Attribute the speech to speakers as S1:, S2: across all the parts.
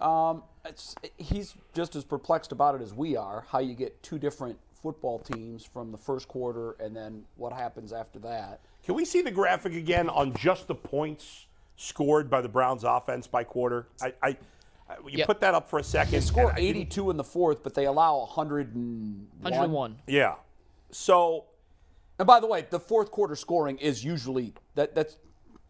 S1: Um, it's, he's just as perplexed about it as we are. How you get two different football teams from the first quarter, and then what happens after that?
S2: Can we see the graphic again on just the points scored by the Browns offense by quarter? I, I I- you
S3: Yep.
S2: put that up for a second.
S1: They score
S2: and I didn't-
S1: 82 in the fourth, but they allow 101.
S3: 101.
S2: Yeah. So
S1: And by the way, the fourth quarter scoring is usually that that's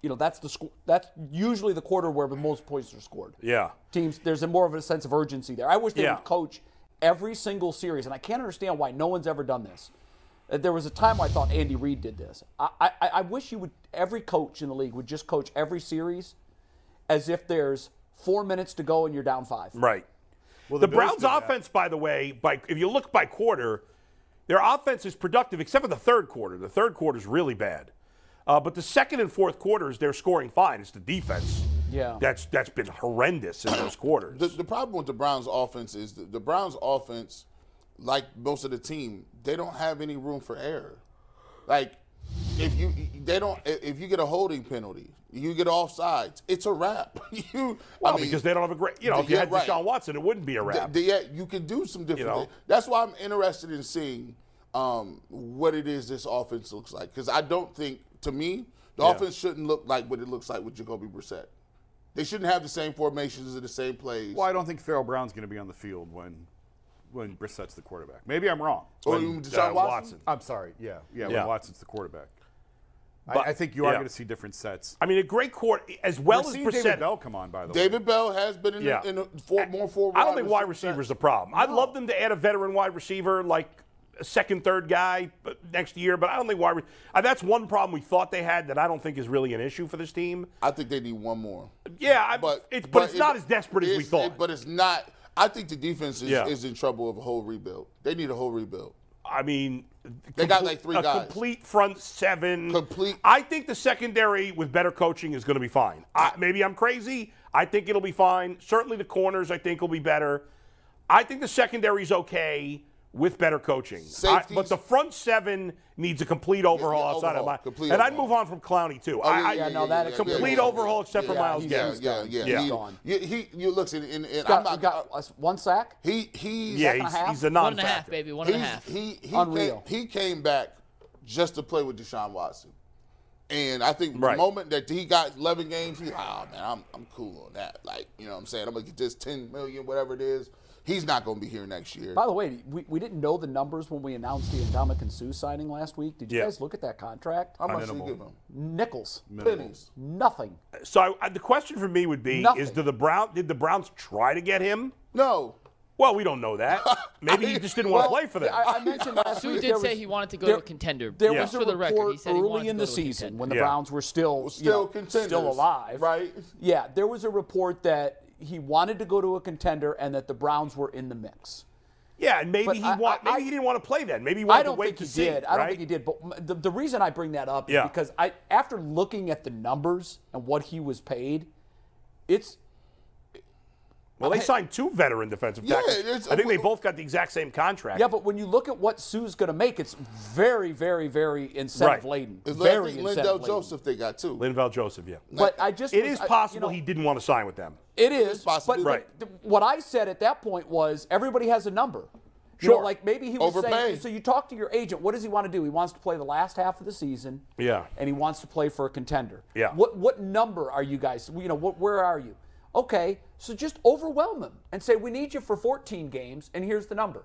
S1: you know that's the sco- that's usually the quarter where the most points are scored.
S2: yeah.
S1: Teams, there's a more of a sense of urgency there. I wish they
S2: Yeah.
S1: would coach every single series, and I can't understand why no one's ever done this. Uh, There was a time I thought Andy Reid did this. I, I, I wish you would every coach in the league would just coach every series as if there's four minutes to go and you're down five.
S2: Right. the Browns' offense, by the way, by if you look by quarter, their offense is productive except for the third quarter. The third quarter is really bad, uh, but the second and fourth quarters they're scoring fine. It's the defense.
S1: Yeah.
S2: That's that's been horrendous in those quarters.
S4: The, the problem with the Browns offense is the, the Browns offense, like most of the team, they don't have any room for error. Like if you they don't if if you get a holding penalty, you get offsides, it's a wrap. you
S2: well,
S4: I mean,
S2: because they don't have a great. You know, if you
S4: yeah,
S2: had
S4: right.
S2: Deshaun Watson, it wouldn't be a wrap.
S4: th- yeah, you can do some different.
S2: know?
S4: things. That's why I'm interested in seeing um, what it is this offense looks like because I don't think to me the
S2: Yeah.
S4: offense shouldn't look like what it looks like with Jacoby Brissett. They shouldn't have the same formations and the same plays.
S5: Well, I don't think Farrell Brown's going to be on the field when when Brissett's the quarterback. Maybe I'm wrong.
S4: or
S2: When,
S4: even
S2: uh,
S4: Deshaun Watson.
S5: I'm sorry. Yeah, yeah.
S2: Yeah.
S5: When Watson's the quarterback,
S2: But-
S5: I, I think you are
S2: yeah.
S5: going to see different sets.
S2: I mean, a great quarter as well
S5: We're
S2: as
S5: seeing
S2: Brissett.
S5: David Bell come on by the way.
S4: David Bell has been in,
S2: Yeah.
S4: the, in the four, more four.
S2: I don't think wide receiver is the problem. I'd love them to add a veteran wide receiver, like a second, third guy but next year, but I don't think wide. Re- uh, that's one problem we thought they had that I don't think is really an issue for this team.
S4: I think they need one more.
S2: Yeah, I,
S4: But
S2: it's, but, it's not as desperate as we
S4: it's-
S2: thought.
S4: it- but it's not. I think the defense is,
S2: Yeah.
S4: is in trouble of a whole rebuild. They need a whole rebuild.
S2: I mean,
S4: They got
S2: comple-
S4: like three
S2: a
S4: guys.
S2: complete front seven.
S4: Complete-
S2: I think the secondary with better coaching is going to be fine. I, maybe I'm crazy. I think it'll be fine. Certainly the corners I think will be better. I think the secondary's okay with better coaching. I, but
S4: Safeties-
S2: the front seven needs a complete overhaul
S4: yeah,
S2: outside of
S4: overhaul.
S2: my.
S4: Complete
S2: and I'd
S4: overhaul.
S2: move on from Clowney too.
S4: Oh, yeah,
S2: I,
S4: yeah,
S2: I-
S4: yeah,
S1: that
S4: yeah, yeah,
S2: complete
S4: yeah.
S2: overhaul except for
S4: Yeah,
S2: Miles
S1: he's-
S2: Garrett.
S1: he's
S4: Yeah,
S1: gone.
S4: yeah,
S2: Yeah.
S4: yeah.
S2: He's
S1: gone.
S4: He, he, you look, and, and, and I'm
S1: Got,
S4: not.
S1: got us- one sack.
S4: he, he's
S2: Yeah,
S1: and a
S2: he's,
S1: half?
S2: he's a
S3: One and a half,
S2: non-factor.
S3: baby. One and a
S4: he's,
S3: half.
S4: he, he,
S1: Unreal.
S4: Came, he came back just to play with Deshaun Watson. And I think
S2: Right.
S4: the moment that he got 11 games, he's like, oh, man, I'm, I'm cool on that. Like, you know what I'm saying? I'm going to get this 10 million, whatever it is. He's not going to be here next year.
S1: By the way, we, we didn't know the numbers when we announced the Indomitian Sue signing last week. Did you
S2: Yeah.
S1: guys look at that contract?
S4: How much did you
S5: minimal.
S4: give him?
S1: Nickels.
S4: Pennies.
S1: Nothing.
S2: So I, I- the question for me would be:
S1: Nothing.
S2: Is do the Brown did the Browns try to get him?
S4: No.
S2: Well, we don't know that. Maybe he just didn't want to play for them.
S1: I, I mentioned last
S3: Sue
S1: week
S3: did
S1: there
S3: say
S1: was-
S3: he wanted to go
S1: there-
S3: to a contender.
S1: There
S2: Yeah.
S3: Just
S1: was a
S3: for the
S1: report
S3: record, he said he wanted
S1: early
S3: to
S1: in
S3: go
S1: the
S3: to a
S1: season
S3: contender.
S1: when the
S2: Yeah.
S1: Browns were still
S4: Well,
S1: you know,
S4: still contenders.
S1: still alive,
S4: Right?
S1: Yeah, there was a report that he wanted to go to a contender and that the Browns were in the mix.
S2: yeah, and maybe
S1: But
S2: he
S1: I-
S2: wa-
S1: I-
S2: maybe
S1: I-
S2: he didn't want to play then. Maybe he wanted
S1: I don't
S2: to wait
S1: think
S2: to
S1: he
S2: see.
S1: did. I don't
S2: right?
S1: think he did. But m- the, the reason I bring that up
S2: Yeah.
S1: is because I, after looking at the numbers and what he was paid, it's
S2: Well, they signed two veteran defensive
S4: Yeah,
S2: tackles.
S4: it's-
S2: I think they both got the exact same contract.
S1: Yeah, but when you look at what Sue's going to make, it's very, very, very incentive laden.
S4: It's like I
S1: Very
S4: think
S1: incentive
S4: Lindell
S1: laden.
S4: Joseph they got, too.
S2: Linval Joseph, yeah.
S1: But I just
S2: It
S1: was-
S2: is
S1: I- you know,
S2: possible he didn't want to sign with them.
S1: It is
S4: possible.
S1: But
S4: Right.
S1: th- what I said at that point was everybody has a number. You know,
S2: Sure.
S1: like maybe he was saying.
S4: Overpaid.
S1: So you talk to your agent. What does he want to do? He wants to play the last half of the season.
S2: Yeah.
S1: And he wants to play for a contender.
S2: Yeah.
S1: What what number are you guys? You know what? Where are you? Okay. So just overwhelm him and say we need you for 14 games, and here's the number,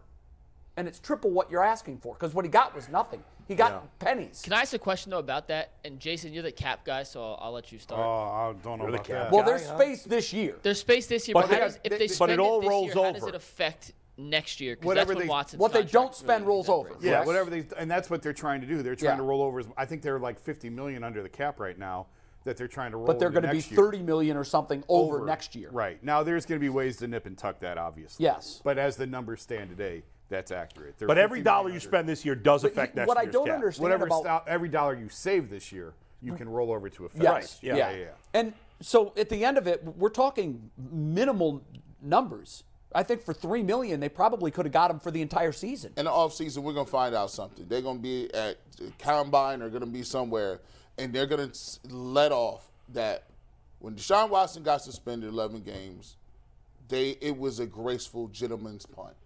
S1: and it's triple what you're asking for because what he got was nothing. He got pennies.
S3: Can I ask a question though about that? And Jason, you're the cap guy, so I'll, I'll let you start.
S1: Uh,
S5: Oh, I don't know
S2: You're the
S5: about
S2: cap.
S5: that.
S1: well, there's space this year.
S3: There's space this year,
S2: But
S3: but,
S2: they-
S3: how does, if
S2: they-
S3: they,
S2: but it
S3: spend
S2: all
S3: this
S2: rolls
S3: year, how does
S2: over.
S3: it affect next year? Because that's
S5: Whatever
S3: when
S5: they-
S3: Watson's
S1: what they
S3: contract
S1: don't spend
S3: really
S1: rolls over.
S3: evaporates.
S5: Yeah,
S1: Correct?
S5: whatever they, and that's what they're trying to do. They're trying
S1: Yeah.
S5: to roll over. As, I think they're like 50 million under the cap right now that they're trying to roll.
S1: But they're
S5: going to
S1: be
S5: year.
S1: 30 million or something over,
S5: Over.
S1: next year.
S5: Right now, there's going to be ways to nip and tuck that, obviously.
S1: Yes.
S5: But as the numbers stand today, that's accurate. They're
S2: But every
S5: 50
S2: dollar
S5: million
S2: you
S5: under-
S2: spend this year does
S1: But
S2: affect
S1: he-
S2: next
S1: what I
S2: year's
S1: don't
S2: cap.
S1: understand
S5: whatever
S1: about
S5: sto- every dollar you save this year, you can roll over to a fix.
S1: Yes.
S2: Yeah,
S1: Yeah.
S2: yeah,
S5: yeah.
S1: And so at the end of it, we're talking minimal numbers. I think for three million, they probably could have got him for the entire season.
S4: in the offseason, we're going to find out something. They're going to be at the Combine or going to be somewhere, and they're going to let off that when Deshaun Watson got suspended 11 games, they it was a graceful gentleman's punt.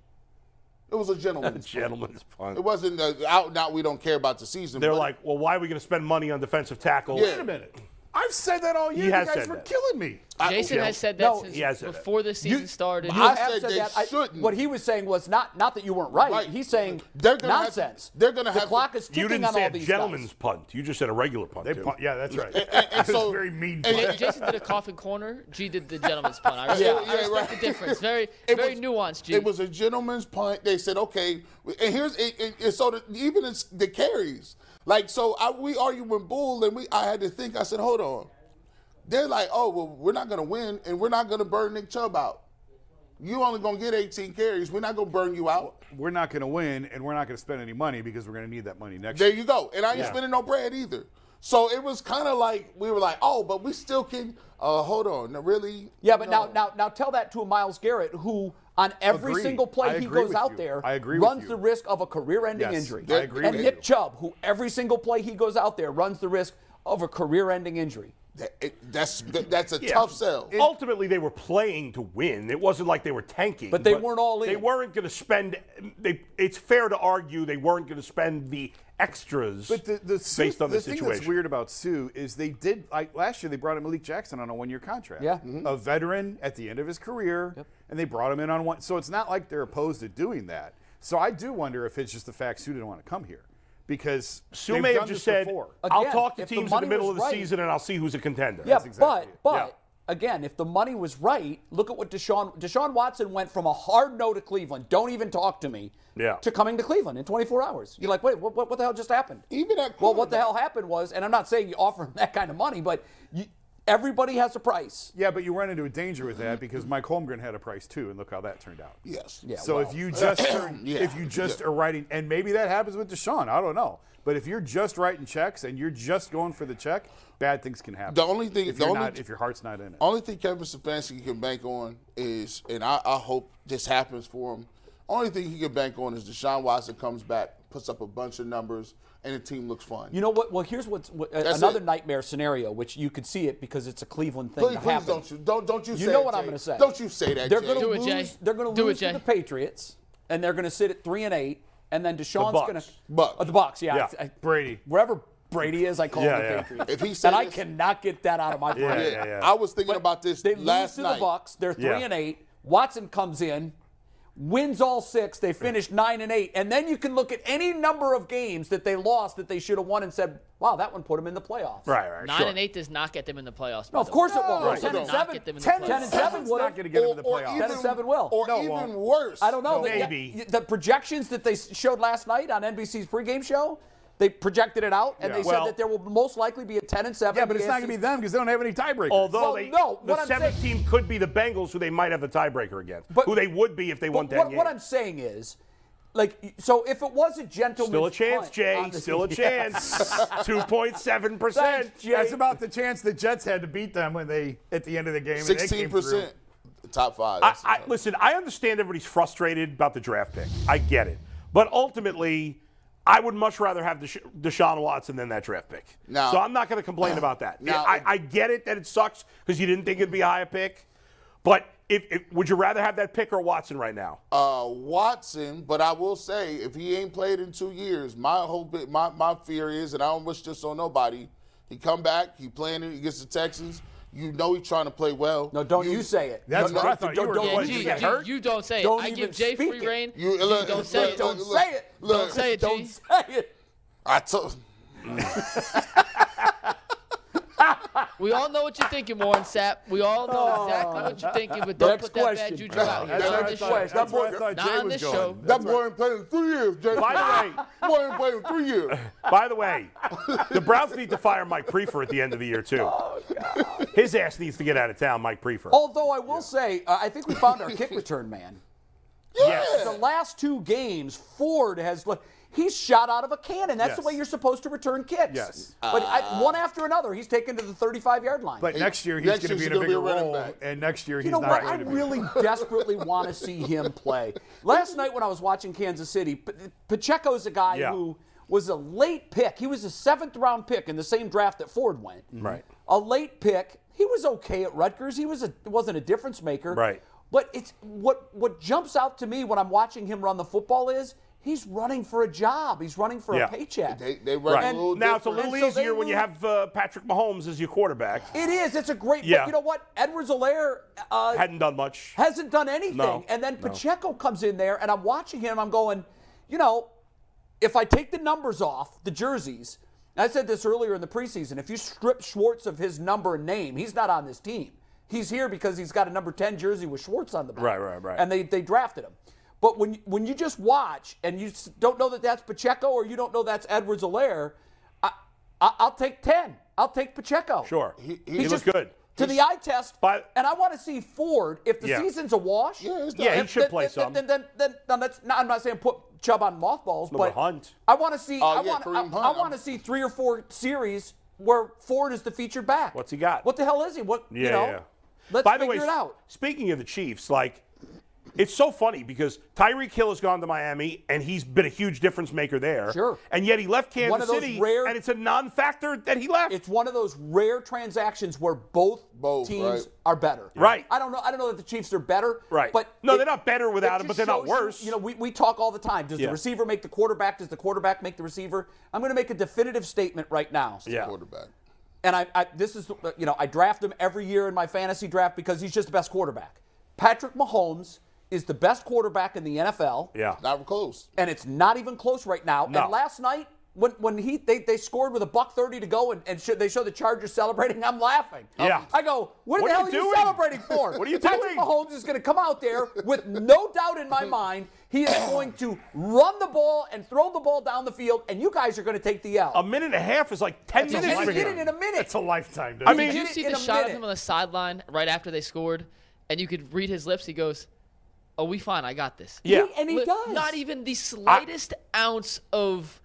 S4: It was a gentleman's
S2: Gentlemen's punt.
S4: It wasn't a, out now we don't care about the season.
S2: They're
S4: but-
S2: like, well, why are we going to spend money on defensive tackle?
S4: Yeah. Wait a
S5: minute. I've said that all year.
S2: has
S5: Oh, you guys
S2: said
S5: were
S2: that.
S5: killing me.
S3: Jason
S2: yeah.
S3: has said that
S1: No,
S3: since
S2: he has said that.
S3: before the season started.
S4: I
S1: have
S4: said they
S1: I-
S4: shouldn't.
S1: what he was saying was not not that you weren't right.
S4: Right.
S1: He's saying
S4: They're gonna have to-
S1: nonsense.
S4: they're gonna
S1: the
S4: have to-
S1: clock is ticking
S2: You didn't
S1: on
S2: say
S1: all
S2: a
S1: these
S2: gentleman's
S1: guys.
S2: punt. You just said a regular punt.
S5: They
S2: dude.
S5: punt. Yeah, that's right.
S4: and
S5: That was
S4: so-
S5: very mean.
S4: and-
S5: punt.
S3: Jason did a coffin corner. G did the gentleman's punt. I respect,
S1: Yeah,
S3: I
S1: yeah,
S3: respect
S4: right.
S3: the difference. Very,
S4: It
S3: very
S4: was-
S3: nuanced. G.
S4: It was a gentleman's punt. They said, okay, and here's it, it, it- so the, even it's the carries. Like so, I, we argued with Bull, and we I had to think. I said, hold on. They're like, oh well, we're not gonna win, and we're not gonna burn Nick Chubb out. You only gonna get 18 carries. We're not gonna burn you out.
S5: we're not going to win, and we're not going to spend any money because we're going to need that money next
S4: There
S5: year.
S4: you go. And I ain't
S5: Yeah.
S4: spending no bread either. So it was kind of like we were like, oh, but we still can. Uh, hold on, no, really?
S1: Yeah, but
S4: No.
S1: now now now tell that to a Miles Garrett who on every
S5: Agreed.
S1: single
S5: I
S1: play he
S5: agree
S1: goes
S5: with
S1: out
S5: you.
S1: there
S5: I agree with
S1: runs
S5: you.
S1: the risk of a career-ending
S5: Yes,
S1: injury.
S5: I agree
S1: and
S5: with
S1: Nick
S5: you.
S1: Chubb, who every single play he goes out there runs the risk of a career-ending injury.
S4: That- it- that's that's a
S2: Yeah.
S4: tough sell.
S2: Ultimately, they were playing to win. It wasn't like they were tanking.
S1: But they weren't all
S2: They
S1: in.
S2: weren't going to spend. They. It's fair to argue they weren't going to spend the extras
S5: But the, the, Sue,
S2: based on the,
S5: the thing
S2: situation.
S5: that's weird about Sue is they did like last year they brought in Malik Jackson on a one-year contract. Mm-hmm.
S1: Yeah.
S5: a veteran at the end of his career, and they brought him in on one. So it's not like they're opposed to doing that. So I do wonder if it's just the fact Sue didn't want to come here because
S2: Sue
S5: they've
S2: may have
S5: done
S2: just
S5: this
S2: said,
S5: before.
S2: "I'll
S1: Again,
S2: talk to
S1: if the
S2: teams in
S1: money
S2: the middle
S1: was
S2: of the
S1: right-
S2: season, and I'll see who's a contender."
S1: Yeah,
S5: exactly it.
S1: but but
S2: Yeah.
S1: again, if the money was right, look at what Deshaun Deshaun Watson went from a hard no to Cleveland. Don't even talk to me.
S2: Yeah.
S1: To coming to Cleveland in 24 hours. You're like, wait, what, what, what the hell just happened?
S4: Even at
S1: well, what the
S4: quarterback.
S1: hell happened was, and I'm not saying you offer him that kind of money, but you, everybody has a price.
S5: Yeah, but you run into a danger with that because Mike Holmgren had a price too, and look how that turned out.
S4: Yes.
S1: Yeah.
S5: So if you just are,
S4: uh, Yeah.
S5: if you just are writing, and maybe that happens with Deshaun, I don't know. But if you're just writing checks and you're just going for the check, bad things can happen.
S4: The only thing-
S5: if
S4: the
S5: you're
S4: only-
S5: not, if your heart's not in it,
S4: Only thing Kevin Stefanski can bank on is, and I, I hope this happens for him. Only thing he can bank on is Deshaun Watson comes back, puts up a bunch of numbers, and the team looks fun.
S1: You know what? Well, here's what's what,
S4: That's
S1: another
S4: it.
S1: nightmare scenario, which you could see it because it's a Cleveland thing
S4: please,
S1: to
S4: please
S1: happen.
S4: don't you don't don't you,
S1: You
S4: say
S1: know
S4: it,
S1: what I'm
S4: Jay.
S1: gonna say.
S4: Don't you say that?
S1: They're
S4: Jay.
S1: going to
S3: Do it, Jay.
S1: lose. They're going to
S3: Do
S1: lose to
S3: it, Jay.
S1: the Patriots, and they're going to sit at three and eight, and then Deshaun's
S2: Bucks.
S1: going to
S4: Bucks.
S1: the Bucks. Yeah,
S2: Yeah.
S1: I- I-
S5: Brady.
S1: wherever Brady is, I call
S2: Yeah,
S1: him the
S2: yeah.
S1: Patriots.
S4: If he said
S1: and I
S4: this-
S1: cannot get that out of my brain.
S2: Yeah,
S4: Yeah,
S2: yeah, yeah.
S4: I was thinking about this
S1: They
S4: last
S1: lose to
S4: night.
S1: the Bucks. They're three
S2: Yeah.
S1: and eight. Watson comes in, wins all six. They finish nine and eight, and then you can look at any number of games that they lost that they should have won and said, "Wow, that one put them in the playoffs."
S2: Right, right,
S3: Nine
S2: sure.
S3: and eight does not get them in the playoffs.
S1: No, of course it won't.
S4: Right.
S1: Ten
S4: No.
S1: and seven.
S3: Not get them in the
S1: Ten,
S3: playoffs.
S1: ten and seven
S5: It's
S1: would.
S5: not going to get him in the
S4: Or- or
S5: playoffs.
S4: even-
S1: Ten and seven will.
S4: Or
S5: No, it
S4: even
S5: won't.
S4: worse.
S1: I don't know.
S2: No.
S1: They-
S2: Maybe.
S1: yeah, the projections that they showed last night on NBC's pregame show, they projected it out and
S5: Yeah.
S1: they
S2: Well-
S1: said that there will most likely be a ten and seven.
S5: yeah, but it's
S1: in the
S5: not going to be
S1: AFC.
S5: them because they don't have any tiebreakers.
S2: Although
S1: Well,
S2: they,
S1: no,
S2: the
S1: what I'm
S2: seventh
S1: saying-
S2: team could be the Bengals, who they might have the tiebreaker against,
S1: But-
S2: who they would be if they won
S1: But
S2: that
S1: what,
S2: game.
S1: what I'm saying is, like, so if it was a gentleman,
S2: Still a chance, Jay. Still a chance. 2.7 percent.
S1: Thanks, Jay.
S5: That's about the chance the Jets had to beat them when they at the end of the game. and they came
S4: Sixteen percent, top five.
S2: I,
S4: That's
S2: I,
S4: tough.
S2: listen, I understand everybody's frustrated about the draft pick. I get it. But ultimately, I would much rather have Desha- Deshaun Watson than that draft pick.
S4: Now-
S2: so I'm not going to complain about that.
S4: Now-
S2: I, I get it that it sucks because you didn't think it'd be a higher pick. But if, if would you rather have that pick or Watson right now?
S4: uh, Watson, but I will say, if he ain't played in two years, my hope, my my fear is, and I don't wish this on nobody. He come back, he playing it against the Texans. You know he's trying to play well.
S1: No, don't you say it.
S5: That's
S1: No,
S5: what
S1: no,
S5: I thought you
S1: don't-
S5: were
S1: don't-
S5: going
S3: Yeah,
S2: What,
S1: don't
S2: did
S3: G,
S2: you get
S3: G,
S2: hurt?
S3: you don't say it.
S1: Don't
S3: I
S1: even
S3: give Jay
S1: speak
S3: free
S1: it.
S3: reign.
S4: You-
S3: You
S4: look,
S3: don't say
S4: look,
S3: it.
S4: look,
S1: Don't say it.
S4: Look,
S3: Don't say it,
S1: Don't
S3: G.
S1: say it.
S4: I told.
S3: We all know what you're thinking, Warren Sapp. We all know exactly what you're thinking, but don't
S1: Oh. Next
S3: put that
S1: question.
S3: bad juju out here.
S4: That's
S5: That's
S3: Not
S5: where
S3: on this show.
S4: what
S5: I thought, that's where I thought
S3: Not
S5: Jay
S3: on
S5: was
S3: this
S5: going.
S3: show.
S4: That boy ain't played in three years, Jay.
S2: By the way,
S4: boy ain't played in three years.
S2: By the way, the Browns need to fire Mike Prefer at the end of the year too.
S4: Oh,
S2: His ass needs to get out of town, Mike Prefer.
S1: Although I will say, uh, I think we found our kick return man.
S2: Yes.
S1: The last two games, Ford has look. He's shot out of a cannon. That's the
S5: Yes.
S1: way you're supposed to return kicks.
S5: Yes.
S1: But
S3: Uh,
S1: I, one after another, he's taken to the 35-yard line.
S5: But next year he's
S4: Next
S5: going to
S4: year's
S5: be in a
S4: gonna be a
S5: bigger
S4: running
S5: role,
S4: back.
S5: and next year he's
S1: You know
S5: not
S1: what?
S5: going
S1: I
S5: to be.
S1: really desperately want to see him play. Last night when I was watching Kansas City, P- Pacheco's a guy
S2: Yeah.
S1: who was a late pick. He was a seventh round pick in the same draft that Ford went.
S2: Mm-hmm. Right.
S1: A late pick. He was okay at Rutgers. He was a wasn't a difference maker.
S2: Right.
S1: But it's what what jumps out to me when I'm watching him run the football is he's running for a job. He's running for
S2: Yeah.
S1: a paycheck.
S4: They, they run
S2: Right.
S4: a little
S2: now it's a
S4: different.
S2: little
S1: And so they
S2: easier when you
S1: lose.
S2: have uh, Patrick Mahomes as your quarterback.
S1: it is. It's a great.
S2: Yeah.
S1: But you know what? Edwards Alaire uh,
S2: Hadn't done much.
S1: hasn't done anything.
S2: No,
S1: And then Pacheco comes in there, and I'm watching him. I'm going, you know, if I take the numbers off the jerseys, and I said this earlier in the preseason. If you strip Schwartz of his number and name, he's not on this team. He's here because he's got a number 10 jersey with Schwartz on the back.
S2: Right, right, right.
S1: And they, they drafted him. But when when you just watch and you s- don't know that that's Pacheco or you don't know that's Edwards Alaire, I, I, I'll take 10. I'll take Pacheco.
S2: Sure.
S4: He-
S2: He,
S4: he
S2: looked
S1: just-
S2: good.
S1: To the eye test,
S2: But-
S1: and I want to see Ford if the
S2: Yeah.
S1: season's a wash.
S4: Yeah, it's
S2: Yeah,
S4: done.
S2: he should
S1: then-
S2: play
S1: then-
S2: some.
S1: Then, then, then, then that's not, I'm not saying put Chubb on mothballs,
S2: No,
S1: but
S2: but Hunt.
S1: I want to see.
S4: Oh,
S1: I
S4: yeah,
S1: want. I,
S4: Kareem Hunt.
S1: I want to see three or four series where Ford is the featured back.
S2: What's he got?
S1: What the hell is he? What
S2: Yeah,
S1: you know?
S2: yeah.
S1: Let's
S2: By the
S1: figure
S2: way,
S1: it out.
S2: speaking of the Chiefs, like it's so funny because Tyreek Hill has gone to Miami and he's been a huge difference maker there.
S1: Sure.
S2: And yet he left Kansas
S1: One of those
S2: City
S1: rare-
S2: and it's a non-factor that he left.
S1: It's one of those rare transactions where both,
S4: Both,
S1: teams
S4: right.
S1: are better.
S2: Right.
S1: I don't know. I don't know that the Chiefs are better.
S2: Right.
S1: But
S2: No, they're not better without
S1: it
S2: him,
S1: just
S2: but they're not
S1: shows you-
S2: worse.
S1: You, know, we, we talk all the time. Does
S2: Yeah.
S1: the receiver make the quarterback? Does the quarterback make the receiver? I'm going to make a definitive statement right now.
S2: yeah.
S4: quarterback.
S1: And I, I this is you know I draft him every year in my fantasy draft because he's just the best quarterback. Patrick Mahomes is the best quarterback in the NFL
S2: Yeah.
S4: Not close.
S1: and it's not even close right now.
S2: No.
S1: And last night, when when he they, they scored with a buck thirty to go, and, and show, they show the Chargers celebrating, I'm laughing.
S2: Yeah.
S1: I go, what,
S2: What
S1: the
S2: are
S1: hell
S2: you
S1: are you
S2: doing?
S1: celebrating for?
S2: What are you
S1: Patrick
S2: doing?
S1: Mahomes is going to come out there with no doubt in my mind, he is going to run the ball and throw the ball down the field, and you guys are going to take the L.
S2: A minute and a half is like 10
S1: and
S2: minutes
S1: he
S2: for
S1: did
S2: him.
S1: it in a minute.
S5: It's a lifetime.
S2: I
S5: Dude.
S2: mean,
S3: Did you
S1: Did it
S3: see
S1: in
S3: the
S1: a
S3: shot of him
S1: minute.
S3: on the sideline right after they scored? And you could read his lips. He goes, "Oh, we fine. I got this."
S2: yeah.
S1: He- and he
S3: Li-
S1: does.
S3: Not even the slightest ounce of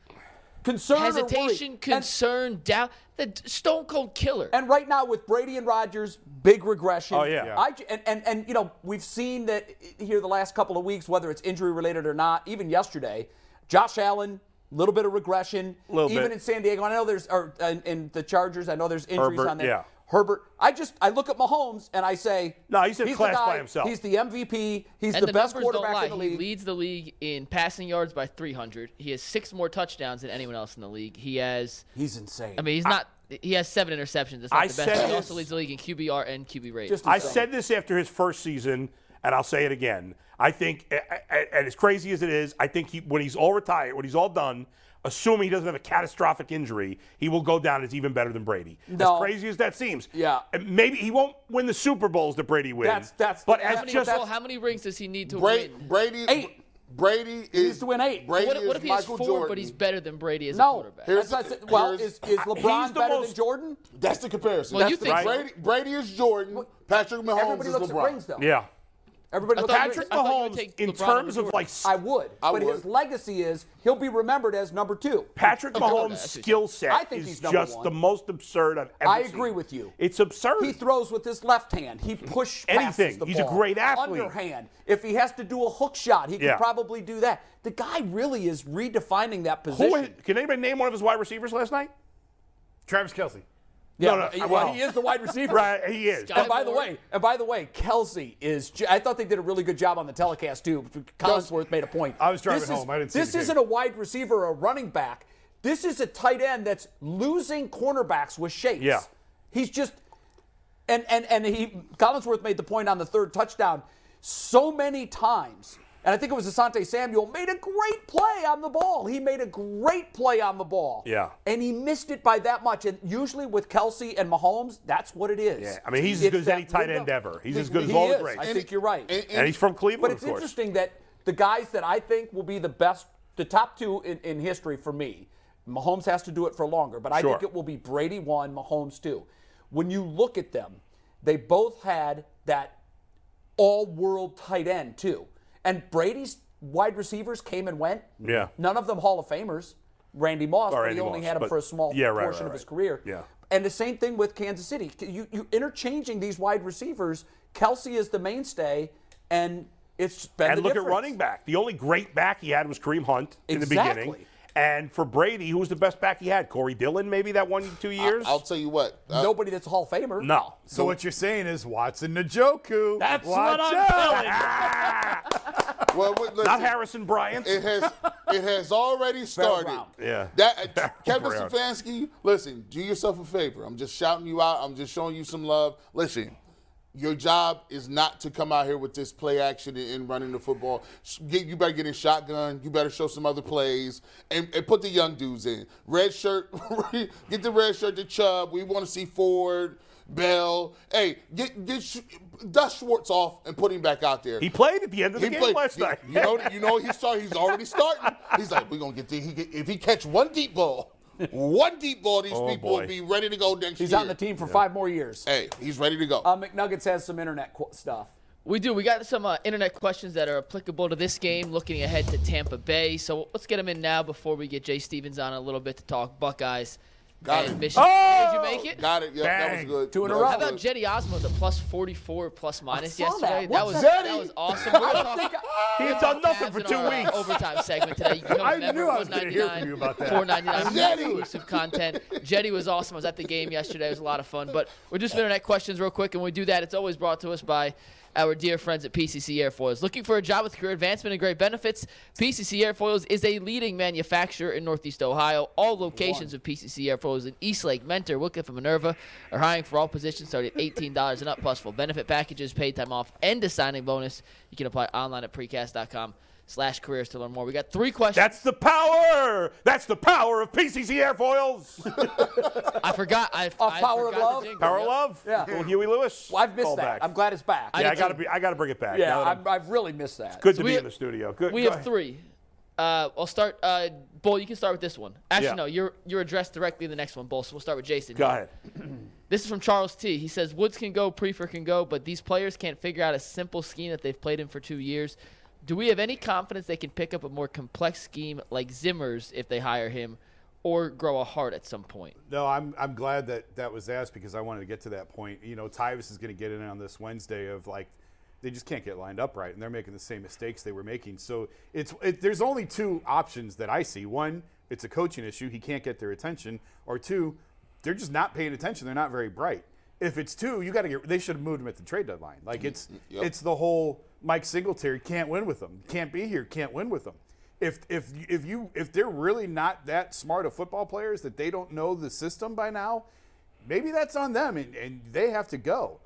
S1: concern or worry.
S3: hesitation,
S1: And-
S3: concern, doubt. The d- stone cold killer.
S1: And right now with Brady and Rodgers, big regression.
S2: Oh, yeah. Yeah.
S1: I, and, and and you know we've seen that here the last couple of weeks, whether it's injury related or not. Even yesterday, Josh Allen, little bit of regression.
S2: Little
S1: even
S2: bit.
S1: in San Diego, I know there's or in, in the Chargers, I know there's injuries
S2: Herbert,
S1: on there.
S2: yeah.
S1: Herbert, I just I look at Mahomes and I say,
S2: No, he's in
S1: the
S2: class by
S1: guy,
S2: himself.
S1: He's the MVP. He's
S3: And
S1: the, best
S3: numbers don't
S1: quarterback
S3: lie.
S1: in the
S3: He
S1: league.
S3: leads the league in passing yards by 300. He has six more touchdowns than anyone else in the league. He has,
S1: He's insane.
S3: I mean, he's not. He has seven interceptions. That's not
S2: I
S3: the best.
S2: said
S3: He also
S2: this-
S3: leads the league in QBR and QB rate.
S1: Just
S2: I
S1: insane.
S2: said this after his first season, and I'll say it again. I think, a- a- and as crazy as it is, I think he, when he's all retired, when he's all done, assuming he doesn't have a catastrophic injury, he will go down as even better than Brady.
S1: No.
S2: As crazy as that seems.
S1: Yeah.
S2: And Maybe he won't win the Super Bowls that Brady wins.
S1: That's- that's-
S2: but
S1: that's
S2: as
S3: how, many,
S2: just
S3: well, how many rings does he need to
S4: Brady,
S3: win?
S4: Brady,
S1: Eight.
S4: Brady is
S1: needs to win eight.
S4: Brady
S3: What, what
S4: is
S3: if he has
S4: Michael
S3: four,
S4: Jordan.
S3: but he's better than Brady as a
S1: no,
S3: quarterback?
S1: that's
S4: Here's-
S1: what I said. well,
S4: here's-
S1: is, is LeBron
S2: he's the
S1: better than
S2: most-
S1: Jordan?
S4: That's the comparison.
S3: Well, you
S4: That's the
S3: think so.
S4: Brady, Brady is Jordan. Patrick
S2: Oh,
S4: Mahomes
S1: Everybody
S4: is
S1: looks
S4: LeBron.
S1: at rings though.
S2: yeah.
S1: Everybody looks at
S2: Patrick
S1: rings.
S3: I thought you would
S2: Mahomes,
S3: take
S2: in
S3: LeBron over
S2: terms of
S3: Jordan.
S2: like
S1: I would,
S4: I
S1: but his
S4: would.
S1: legacy is he'll be remembered as number two.
S2: Patrick Mahomes'
S3: Jordan, that's who he is.
S2: skill set
S1: I think
S2: is
S1: he's number
S2: just
S1: one.
S2: the most absurd I've ever
S1: I
S2: seen.
S1: agree with you.
S2: It's absurd.
S1: He throws with his left hand. He push passes
S2: Anything.
S1: the
S2: He's a
S1: ball.
S2: great athlete.
S1: Underhand. If he has to do a hook shot, he
S2: Yeah.
S1: could probably do that. The guy really is redefining that
S2: Who-
S1: position.
S2: can anybody name one of his wide receivers last night?
S5: Travis Kelsey.
S1: yeah,
S2: no,
S1: he-
S2: well.
S1: he is the wide receiver.
S2: Right, he is.
S1: And by the
S3: Skyboard.
S1: way, and by the way, Kelsey is. ju- I thought they did a really good job on the telecast too. Collinsworth made a point.
S5: I was driving
S1: this
S5: home. I didn't see
S1: This
S5: the game.
S1: isn't a wide receiver or a running back. This is a tight end that's losing cornerbacks with shakes.
S2: Yeah.
S1: he's just. And and and he Collinsworth made the point on the third touchdown so many times. And I think it was Asante Samuel made a great play on the ball. He made a great play on the ball.
S2: Yeah.
S1: And he missed it by that much. And usually with Kelsey and Mahomes, that's what it is.
S2: Yeah, I mean, he's as
S1: It's
S2: good as
S1: that
S2: any tight
S1: window.
S2: end ever. He's
S1: He-
S2: as good as
S1: he
S2: all the
S1: is.
S2: greats.
S1: I
S2: And
S1: think you're right.
S4: and-
S2: And he's from Cleveland,
S1: but it's
S2: of course.
S1: interesting that the guys that I think will be the best, the top two in, in history for me, Mahomes has to do it for longer, but I
S2: Sure.
S1: think it will be Brady one, Mahomes two. When you look at them, they both had that all world tight end too. And Brady's wide receivers came and went.
S2: Yeah.
S1: None of them Hall of Famers. Randy Moss, but
S2: Randy
S1: he only
S2: Moss,
S1: had him
S2: but-
S1: for a small
S2: yeah, right,
S1: portion
S2: right,
S1: of his
S2: right.
S1: career.
S2: Yeah.
S1: And the same thing with Kansas City. You, you're interchanging these wide receivers. Kelsey is the mainstay, and it's been
S2: And
S1: the
S2: look
S1: difference.
S2: at running back. The only great back he had was Kareem Hunt in the
S1: Exactly.
S2: beginning. And for Brady, who was the best back he had? Corey Dillon, maybe that one, two years?
S4: I'll tell you what. uh,
S1: Nobody that's a Hall of Famer.
S2: no.
S5: So what you're saying is Watson Njoku.
S2: That's
S5: Watch
S2: what I'm
S5: out.
S2: telling you.
S4: well,
S2: Not
S4: what- listen,
S2: Harrison Bryant.
S4: It has it has already started.
S1: Brown.
S2: Yeah.
S4: That
S2: Barrel
S4: Kevin
S2: Brown.
S4: Stefanski, listen, do yourself a favor. I'm just shouting you out. I'm just showing you some love. Listen, your job is not to come out here with this play action and, and running the football. Sh- Get, you better get in shotgun. You better show some other plays and, and put the young dudes in. Red shirt, get the red shirt to Chubb. We want to see Ford. Bell, hey, get get Sh- dust Schwartz off and put him back out there.
S2: He played at the end of the
S4: He
S2: game
S4: played-
S2: last
S4: you,
S2: night.
S4: You know, you know, he's starting. He's already starting. He's like, we're gonna get the, he get, if he catch one deep ball, one deep ball, these
S2: Oh,
S4: people
S2: boy.
S4: will be ready to go next
S1: He's
S4: year.
S1: on the team for five more years.
S4: Hey, he's ready to go.
S1: Uh, McNuggets has some internet qu- stuff.
S3: We do. We got some uh, internet questions that are applicable to this game, looking ahead to Tampa Bay. So let's get them in now before we get Jay Stevens on a little bit to talk Buckeyes
S4: Got
S3: and
S4: it.
S3: Michigan.
S2: Oh!
S3: Did you make it?
S4: Got it. Yep, that was
S2: Bang.
S4: good.
S1: Two in a
S4: That
S1: row.
S4: was
S3: How about
S4: good.
S3: Jetty Osmo, the plus 44 plus minus
S1: saw that.
S3: yesterday?
S1: What's
S3: was
S1: that?
S3: that was awesome. We're gonna talk-
S2: He's done nothing for
S3: Tabs in
S2: two
S3: our, uh,
S2: weeks.
S3: overtime segment today. You can go
S5: I
S3: remember
S5: knew I was gonna hear
S3: 199,
S5: from you about that.
S3: 499
S4: Jetty!
S3: exclusive content. Jetty was awesome. I was at the game yesterday. It was a lot of fun. But we're just internet questions real quick, and when we do that, it's always brought to us by our dear friends at PCC Airfoils. Looking for a job with career advancement and great benefits? PCC Airfoils is a leading manufacturer in Northeast Ohio. All locations of PCC Airfoils in Eastlake, Mentor, Wickliffe, and Minerva are hiring for all positions starting at $18 and up, plus full benefit packages, paid time off, and a signing bonus. You can apply online at precast.com slash careers to learn more. We got three questions.
S2: That's the power. That's the power of PCC airfoils.
S3: I forgot. I, I
S1: power of
S3: forgot the
S1: love?
S3: jingle.
S2: Power
S3: Yep.
S2: of love.
S1: Yeah.
S2: Little Huey Lewis.
S1: Well, I've missed
S2: Call
S1: that.
S2: back.
S1: I'm glad it's back.
S2: Yeah, I
S3: didn't-
S2: gotta be. I gotta bring it back.
S1: yeah,
S2: Now that I'm-
S1: I'm, I've really missed that.
S2: good to
S3: we
S2: be
S3: have-
S2: in the studio. Good.
S3: We
S2: go
S3: have
S2: ahead.
S3: three. Uh, I'll start. Uh, Bull, you can start with this one. Actually,
S2: Yeah.
S3: no, you're you're addressed directly in the next one, Bull. So we'll start with Jason.
S2: Go ahead.
S3: This is from Charles T. He says Woods can go, Prefer can go, but these players can't figure out a simple scheme that they've played in for two years. Do we have any confidence they can pick up a more complex scheme like Zimmer's if they hire him, or grow a heart at some point?
S5: No, I'm I'm glad that that was asked because I wanted to get to that point. You know, Tyvus is going to get in on this Wednesday of like they just can't get lined up right, and they're making the same mistakes they were making. So it's it, there's only two options that I see. One, it's a coaching issue; he can't get their attention, or two, they're just not paying attention. They're not very bright. If it's two, you got to get. They should have moved him at the trade deadline. Like it's it's the whole Mike Singletary can't win with them, can't be here, can't win with them if if if you if they're really not that smart of football players that they don't know the system by now, maybe that's on them and, and they have to go.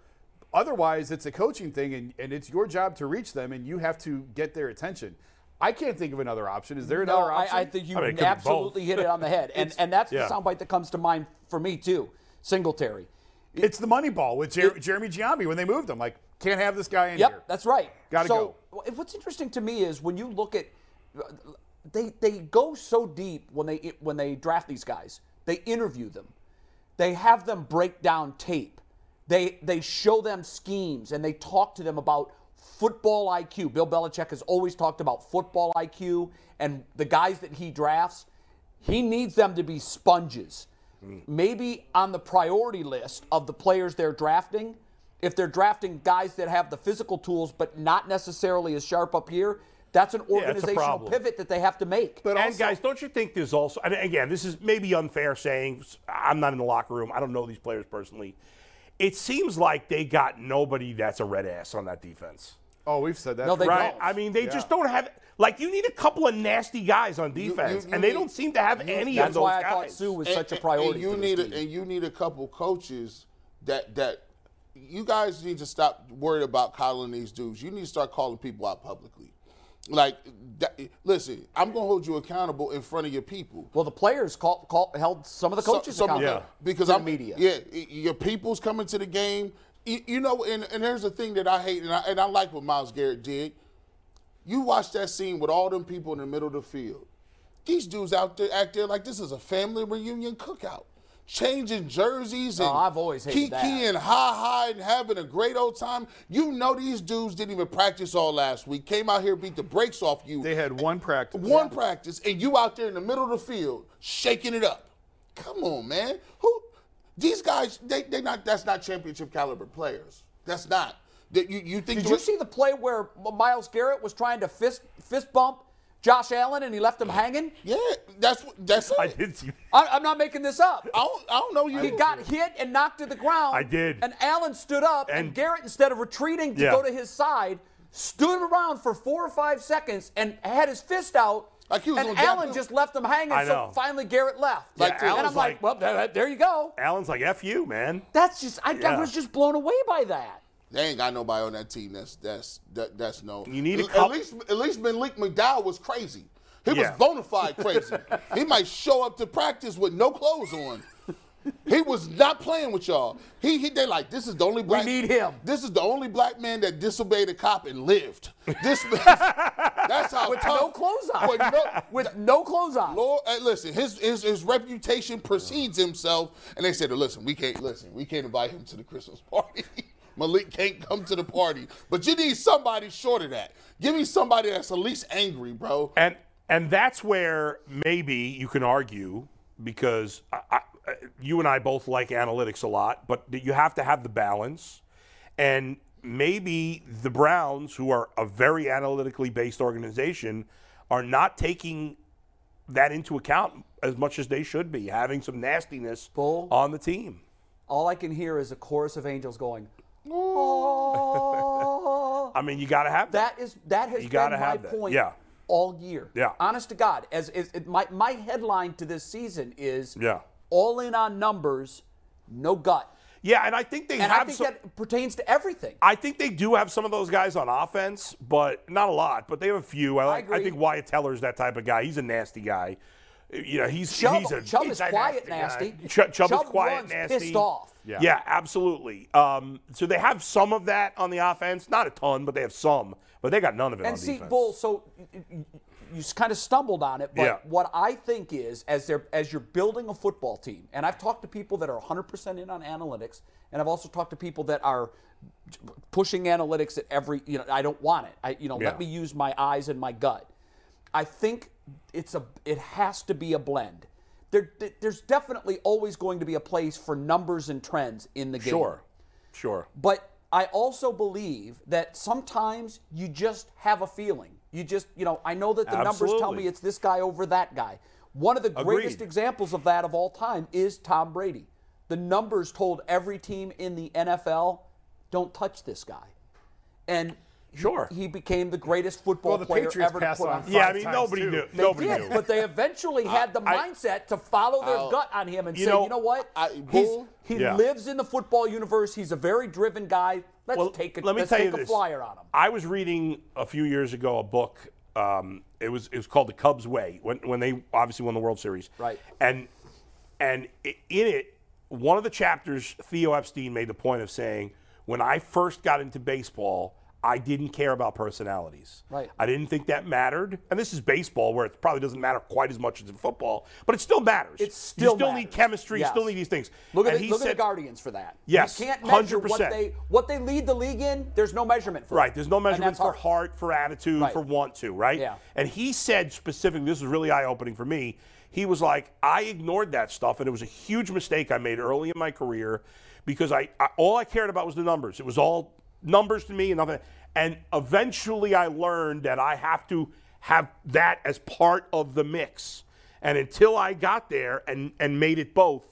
S5: Otherwise, it's a coaching thing and, and it's your job to reach them and you have to get their attention. I can't think of another option. Is there
S1: No,
S5: another option?
S1: I, I think you
S2: I mean, it could be
S1: absolutely
S2: both.
S1: hit it on the head, and and that's
S2: yeah.
S1: the soundbite that comes to mind for me too. Singletary.
S5: it's the money ball with Jer- Jeremy Giambi when they moved him. Like, can't have this guy in
S1: Yep,
S5: here.
S1: that's right.
S5: Gotta
S1: so, go. What's interesting to me is when you look at they they go so deep when they when they draft these guys. They interview them. They have them break down tape. They they show them schemes and they talk to them about football IQ. Bill Belichick has always talked about football IQ and the guys that he drafts. He needs them to be sponges. Maybe on the priority list of the players they're drafting, if they're drafting guys that have the physical tools but not necessarily as sharp up here, that's an
S2: it's a
S1: organizational
S2: problem.
S1: pivot that they have to make.
S5: But
S2: and
S5: also-
S2: guys, don't you think there's also, and again, this is maybe unfair saying, I'm not in the locker room, I don't know these players personally. It seems like they got nobody that's a red ass on that defense.
S5: oh, we've said that.
S1: No,
S5: for
S1: they
S5: a while.
S2: Right?
S1: don't.
S2: I mean, they just don't have, like, you need a couple of nasty guys on defense,
S4: you
S2: and they
S4: need-
S2: don't seem to have any of
S1: That's
S2: those
S1: why I
S2: guys.
S1: thought Sue was such a
S4: and-
S1: priority.
S4: And you
S1: for this
S4: need
S1: team.
S4: a, and you need a couple coaches that that you guys need to stop worrying about calling these dudes. You need to start calling people out publicly. Like, that, listen, I'm gonna hold you accountable in front of your people.
S1: well, the players call, call, held some of the coaches
S4: Some- some of
S1: accountable.
S4: them. because
S1: to the
S4: I'm
S1: media.
S4: Yeah, y- your people's coming to the game. You, you know, and, and there's a thing that I hate, and I, and I like what Miles Garrett did. You watch that scene with all them people in the middle of the field. These dudes out there act there like this is a family reunion cookout. Changing jerseys and
S1: Oh, I've always hated
S4: kiki
S1: that.
S4: and ha ha and having a great old time. You know these dudes didn't even practice all last week. Came out here beat the brakes off you.
S5: They had one practice.
S4: One practice, and you out there in the middle of the field shaking it up. Come on, man. Who? These guys, they they not. That's not championship caliber players. That's not. That you you think?
S1: Did you see the play where M- Miles Garrett was trying to fist fist bump Josh Allen and he left him hanging?
S4: Yeah, that's what- that's it.
S2: I
S4: I,
S2: did see.
S1: I, I'm not making this up.
S4: don't, I don't know you.
S1: He got hit and knocked to the ground.
S2: I did.
S1: And Allen stood up, and,
S2: And-
S1: Garrett, instead of retreating to
S2: Yeah.
S1: go to his side, stood around for four or five seconds and had his fist out.
S4: Like he was
S1: and
S4: gonna jump
S1: Allen
S4: him.
S1: just left him hanging.
S2: I
S1: So
S2: know.
S1: finally, Garrett left.
S4: Like,
S1: and I'm
S2: Allen's
S1: like,
S2: like-
S1: well, there, there you go.
S2: Allen's like, "F you, man."
S1: That's just I, I
S2: Yeah.
S1: was just blown away by that.
S4: They ain't got nobody on that team. That's that's that, that's no.
S2: You need a
S4: at,
S2: couple-
S4: least at least Malik McDowell was crazy. He was
S2: Yeah.
S4: bona fide crazy. he might show up to practice with no clothes on. He was not playing with y'all. He, he they like this is the only black
S1: need him.
S4: This is the only black man that disobeyed a cop and lived. This that's how
S1: With
S4: tough-
S1: no clothes on.
S4: With no,
S1: With no clothes on.
S4: Lord, hey, uh, listen, his, his his reputation precedes himself, and they said, "Listen, we can't listen. We can't invite him to the Christmas party. Malik can't come to the party, but you need somebody short of that. Give me somebody that's at least angry, bro.
S2: And and that's where maybe you can argue because I, I, you and I both like analytics a lot, but that you have to have the balance. And maybe the Browns, who are a very analytically based organization, are not taking that into account as much as they should be, having some nastiness
S1: Bull.
S2: on the team.
S1: All I can hear is a chorus of angels going. "Oh."
S2: I mean, you got to have that.
S1: That is that has
S2: You
S1: been
S2: gotta
S1: my
S2: have that.
S1: point
S2: Yeah.
S1: all year.
S2: Yeah.
S1: Honest to God, as is it, my my headline to this season is
S2: Yeah.
S1: all in on numbers, no gut.
S2: Yeah, and I think they
S1: And
S2: have
S1: I think
S2: some-
S1: that pertains to everything.
S2: I think they do have some of those guys on offense, but not a lot. But they have a few. I, like, I,
S1: agree.
S2: think Wyatt Teller's that type of guy. He's a nasty guy. You know, he's
S1: Chubb,
S2: he's a
S1: Chubb
S2: he's
S1: is
S2: a
S1: quiet
S2: nasty.
S1: nasty.
S2: guy. Chu- Chubb,
S1: Chubb
S2: is quiet
S1: runs
S2: nasty.
S1: pissed off.
S2: Yeah, absolutely. Um, so they have some of that on the offense. Not a ton, but they have some. But they got none of it on
S1: and see,
S2: defense.
S1: Bull. So y- y- you kind of stumbled on it, but
S2: Yeah.
S1: what I think is, as they're as you're building a football team, and I've talked to people that are 100% in on analytics, and I've also talked to people that are pushing analytics at every. You know, I don't want it. I, you know,
S2: Yeah.
S1: let me use my eyes and my gut. I think it's a it has to be a blend. There, there's definitely always going to be a place for numbers and trends in the game.
S2: sure, sure.
S1: But I also believe that sometimes you just have a feeling. You just, you know, I know that the numbers tell
S2: Absolutely.
S1: me it's this guy over that guy. One of the greatest
S2: Agreed.
S1: examples of that of all time is Tom Brady. The numbers told every team in the NFL, don't touch this guy. And he-
S2: Sure.
S1: he, became the greatest football
S5: Well, the
S1: player
S5: Patriots
S1: ever to
S5: passed
S1: put
S5: on.
S1: on.
S5: five
S2: Yeah, I mean,
S5: times,
S2: nobody
S5: too.
S2: knew.
S1: They
S2: nobody
S1: did,
S2: knew.
S1: but they eventually had the
S2: I-
S1: mindset to follow their
S4: I'll-
S1: gut on him and
S2: You
S1: say,
S2: know,
S1: you know what?
S4: I-
S1: He's-
S4: Bull-
S1: he
S2: Yeah.
S1: lives in the football universe. He's a very driven guy. Let's take a,
S2: let me
S1: let's
S2: tell
S1: take
S2: you
S1: a
S2: this.
S1: flyer on him.
S2: I was reading a few years ago a book. Um, it was it was called The Cubs Way when when they obviously won the World Series.
S1: Right.
S2: And and i- in it, one of the chapters, Theo Epstein made the point of saying, when I first got into baseball, I didn't care about personalities.
S1: Right.
S2: I didn't think that mattered. And this is baseball, where it probably doesn't matter quite as much as in football, but it still matters.
S1: It
S2: you
S1: still
S2: still need
S1: matters.
S2: chemistry.
S1: Yes.
S2: You still need these things.
S1: Look at,
S2: And
S1: the,
S2: he
S1: look at
S2: said-
S1: the Guardians for that.
S2: Yes,
S1: you can't measure what
S2: 100%.
S1: they what they lead the league in. There's no measurement for
S2: Right.
S1: it.
S2: There's no
S1: And
S2: measurement
S1: that's
S2: for
S1: hard.
S2: heart, for attitude,
S1: Right.
S2: for want to, right?
S1: Yeah.
S2: And he said specifically, this was really eye opening for me. He was like, I ignored that stuff, and it was a huge mistake I made early in my career because I, I all I cared about was the numbers. It was all numbers to me and nothing. And eventually, I learned that I have to have that as part of the mix. And until I got there and and made it both,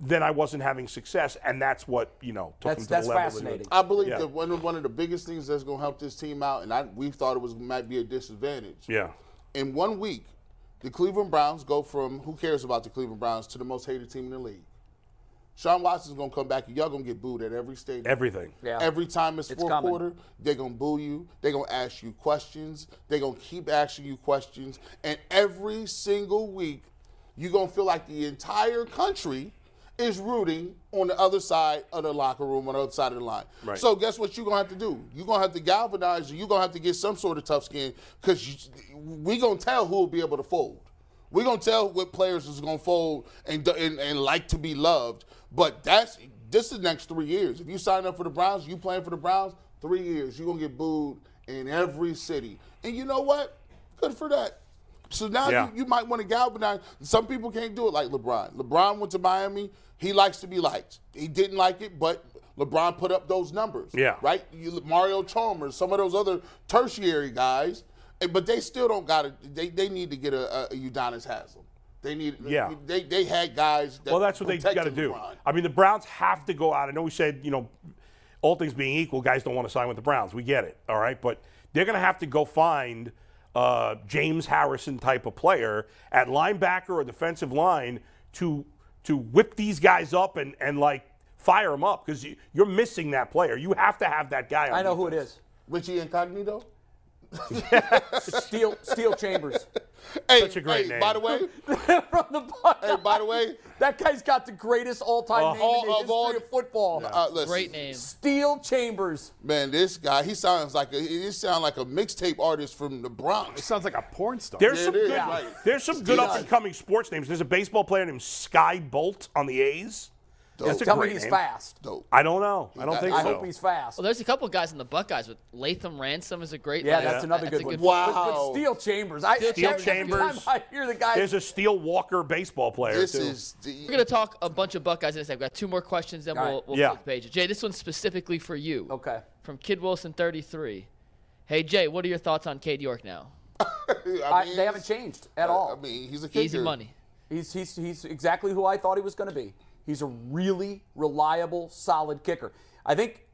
S2: then I wasn't having success, and that's what you know took him
S1: That's
S2: to
S1: that's
S2: the level. that he
S1: fascinating.
S2: was.
S4: I believe
S2: Yeah.
S4: that one of, one of the biggest things that's gonna help this team out, and I, we thought it was might be a disadvantage.
S2: Yeah.
S4: In one week, the Cleveland Browns go from who cares about the Cleveland Browns to the most hated team in the league. Sean Watson's gonna come back, and y'all gonna get booed at every stadium.
S2: Everything.
S1: Yeah.
S4: Every time it's, fourth
S1: coming.
S4: quarter, they're gonna boo you. They're gonna ask you questions. They're gonna keep asking you questions. And every single week, you're gonna feel like the entire country is rooting on the other side of the locker room, on the other side of the line.
S2: Right.
S4: So guess what you're gonna have to do? You're gonna have to galvanize. You're gonna have to get some sort of tough skin because we're gonna tell who will be able to fold. We're gonna tell what players is gonna fold and, and and like to be loved. But that's this is the next three years. If you sign up for the Browns, you playing for the Browns, three years, you're gonna get booed in every city. And you know what? Good for that. So now
S2: Yeah.
S4: you, you might want to galvanize. Some people can't do it like LeBron. LeBron went to Miami. He likes to be liked. He didn't like it, but LeBron put up those numbers.
S2: Yeah.
S4: Right? You, Mario Chalmers, some of those other tertiary guys, eh, but they still don't got it. They they need to get a, a Udonis Haslam. They need.
S2: Yeah.
S4: They they had guys. That
S2: Well, that's what they got to
S4: protected
S2: do.
S4: LeBron.
S2: I mean, the Browns have to go out. I know we said, you know, all things being equal, guys don't want to sign with the Browns. We get it, all right? But they're going to have to go find uh, James Harrison type of player at linebacker or defensive line to to whip these guys up and, and like fire them up because you, you're missing that player. You have to have that guy. On
S1: I know who it
S2: defense.
S1: is.
S4: Richie Incognito.
S1: Steel Steel Chambers
S4: Hey,
S2: Such a great
S4: hey,
S2: name.
S4: By the way,
S1: from the Buckeyes.
S4: hey, by the way,
S1: that guy's got the greatest all-time
S2: Uh,
S1: name in the
S4: all- of
S1: history
S4: all-
S1: of football.
S4: uh, listen,
S3: Great name.
S1: Steel Chambers.
S4: man, this guy, he sounds like a, he sound like a mixtape artist from the
S5: It
S4: Bronx.
S5: sounds like a porn star.
S2: There's
S4: Yeah,
S2: some
S4: it is,
S2: good.
S4: right.
S2: There's some good
S4: Yeah.
S2: up and coming sports names. There's a baseball player named Sky Bolt on the A's. That's a
S1: Tell me
S2: great
S1: he's
S2: name.
S1: fast.
S4: Dope.
S2: I don't know. I don't
S4: I-
S2: think
S1: I
S2: so.
S1: hope he's fast.
S3: Well, there's a couple guys in the Buckeyes with Latham Ransom is a great.
S1: yeah,
S3: left-
S1: that's another good one. But- but
S4: Wow.
S1: Steel Chambers. I,
S3: Steel
S1: every
S2: Chambers.
S1: time I hear the guy.
S2: There's a Steel Walker baseball player.
S4: This
S2: too.
S4: is the,
S3: We're gonna talk a bunch of Buckeyes in a second. We've got two more questions, then
S1: All
S3: we'll,
S1: right.
S3: we'll
S2: Yeah.
S3: flip the page. Jay, this one's specifically for you.
S1: okay.
S3: From Kid Wilson 33. Hey Jay, what are your thoughts on Cade York now?
S1: I, they haven't changed at all.
S4: I mean, he's a kicker.
S3: Easy money.
S1: He's, he's, he's exactly who I thought he was going to be. He's a really reliable, solid kicker. I think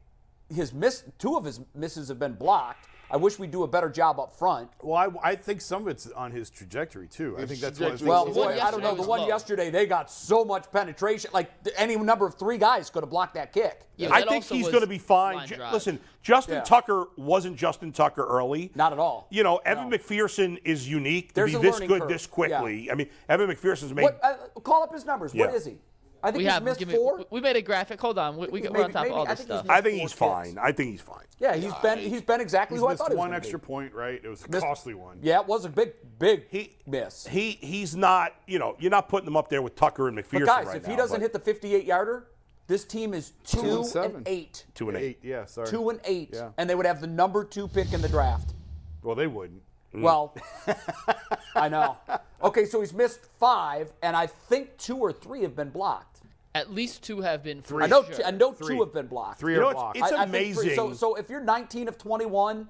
S1: his miss, two of his misses have been blocked. I wish we'd do a better job up front.
S5: Well, I, I think some of it's on his trajectory too. I think that's one of the
S4: trajectory.
S1: Well,
S4: The
S3: one
S1: boy, I don't
S3: yesterday
S1: know. The
S3: was
S1: one
S3: low.
S1: yesterday, they got so much penetration. Like th- any number of three guys could have blocked that kick.
S3: Yeah,
S2: I
S3: that
S2: think
S3: also
S2: he's
S3: was
S2: going to be fine.
S3: line
S2: Ju-
S3: drive.
S2: Listen, Justin
S1: Yeah.
S2: Tucker wasn't Justin Tucker early.
S1: Not at all.
S2: You know, Evan McPherson is unique to
S1: There's
S2: be
S1: a
S2: this
S1: learning
S2: good
S1: curve.
S2: this quickly. I mean, Evan McPherson's made.
S1: What, uh, call up his numbers. What
S2: Yeah.
S1: is he? I think
S3: We
S1: he's
S3: have
S1: missed
S3: give me-
S1: four.
S3: we- we made a graphic. Hold on. We, we got, we're on
S1: Maybe-
S3: top
S1: maybe-
S3: of all
S1: I
S3: this
S1: think he's
S3: stuff.
S1: missed-
S2: I think
S1: four
S2: he's
S1: kids.
S2: fine. I think he's fine.
S1: yeah, he's been he's been exactly
S5: He's
S1: who I
S5: missed
S1: thought he was.
S5: one
S1: gonna
S5: extra
S1: be.
S5: point, right? It was a
S1: Missed-
S5: costly one.
S1: Yeah, it was a big big
S2: He
S1: miss.
S2: He he's not. You know, you're not putting him up there with Tucker and McPherson
S1: But guys,
S2: right
S1: if
S2: now.
S1: he doesn't
S2: but
S1: hit the 58 yarder, this team is two,
S5: and
S1: and,
S5: seven.
S1: eight.
S2: two and eight,
S5: Eight, yeah, sorry.
S1: Two and eight,
S5: Yeah.
S1: and they would have the number two pick in the draft.
S5: Well, they wouldn't.
S2: Mm.
S1: Well, I know. Okay, so he's missed five, and I think two or three have been blocked.
S3: At least two have been for
S1: I know,
S3: sure.
S1: t- I know
S5: Three.
S1: two have been blocked.
S5: Three
S2: You
S5: are
S2: know, it's-
S5: blocked.
S2: it's
S1: I- I think three- so,
S2: amazing.
S1: so if you're 19 of 21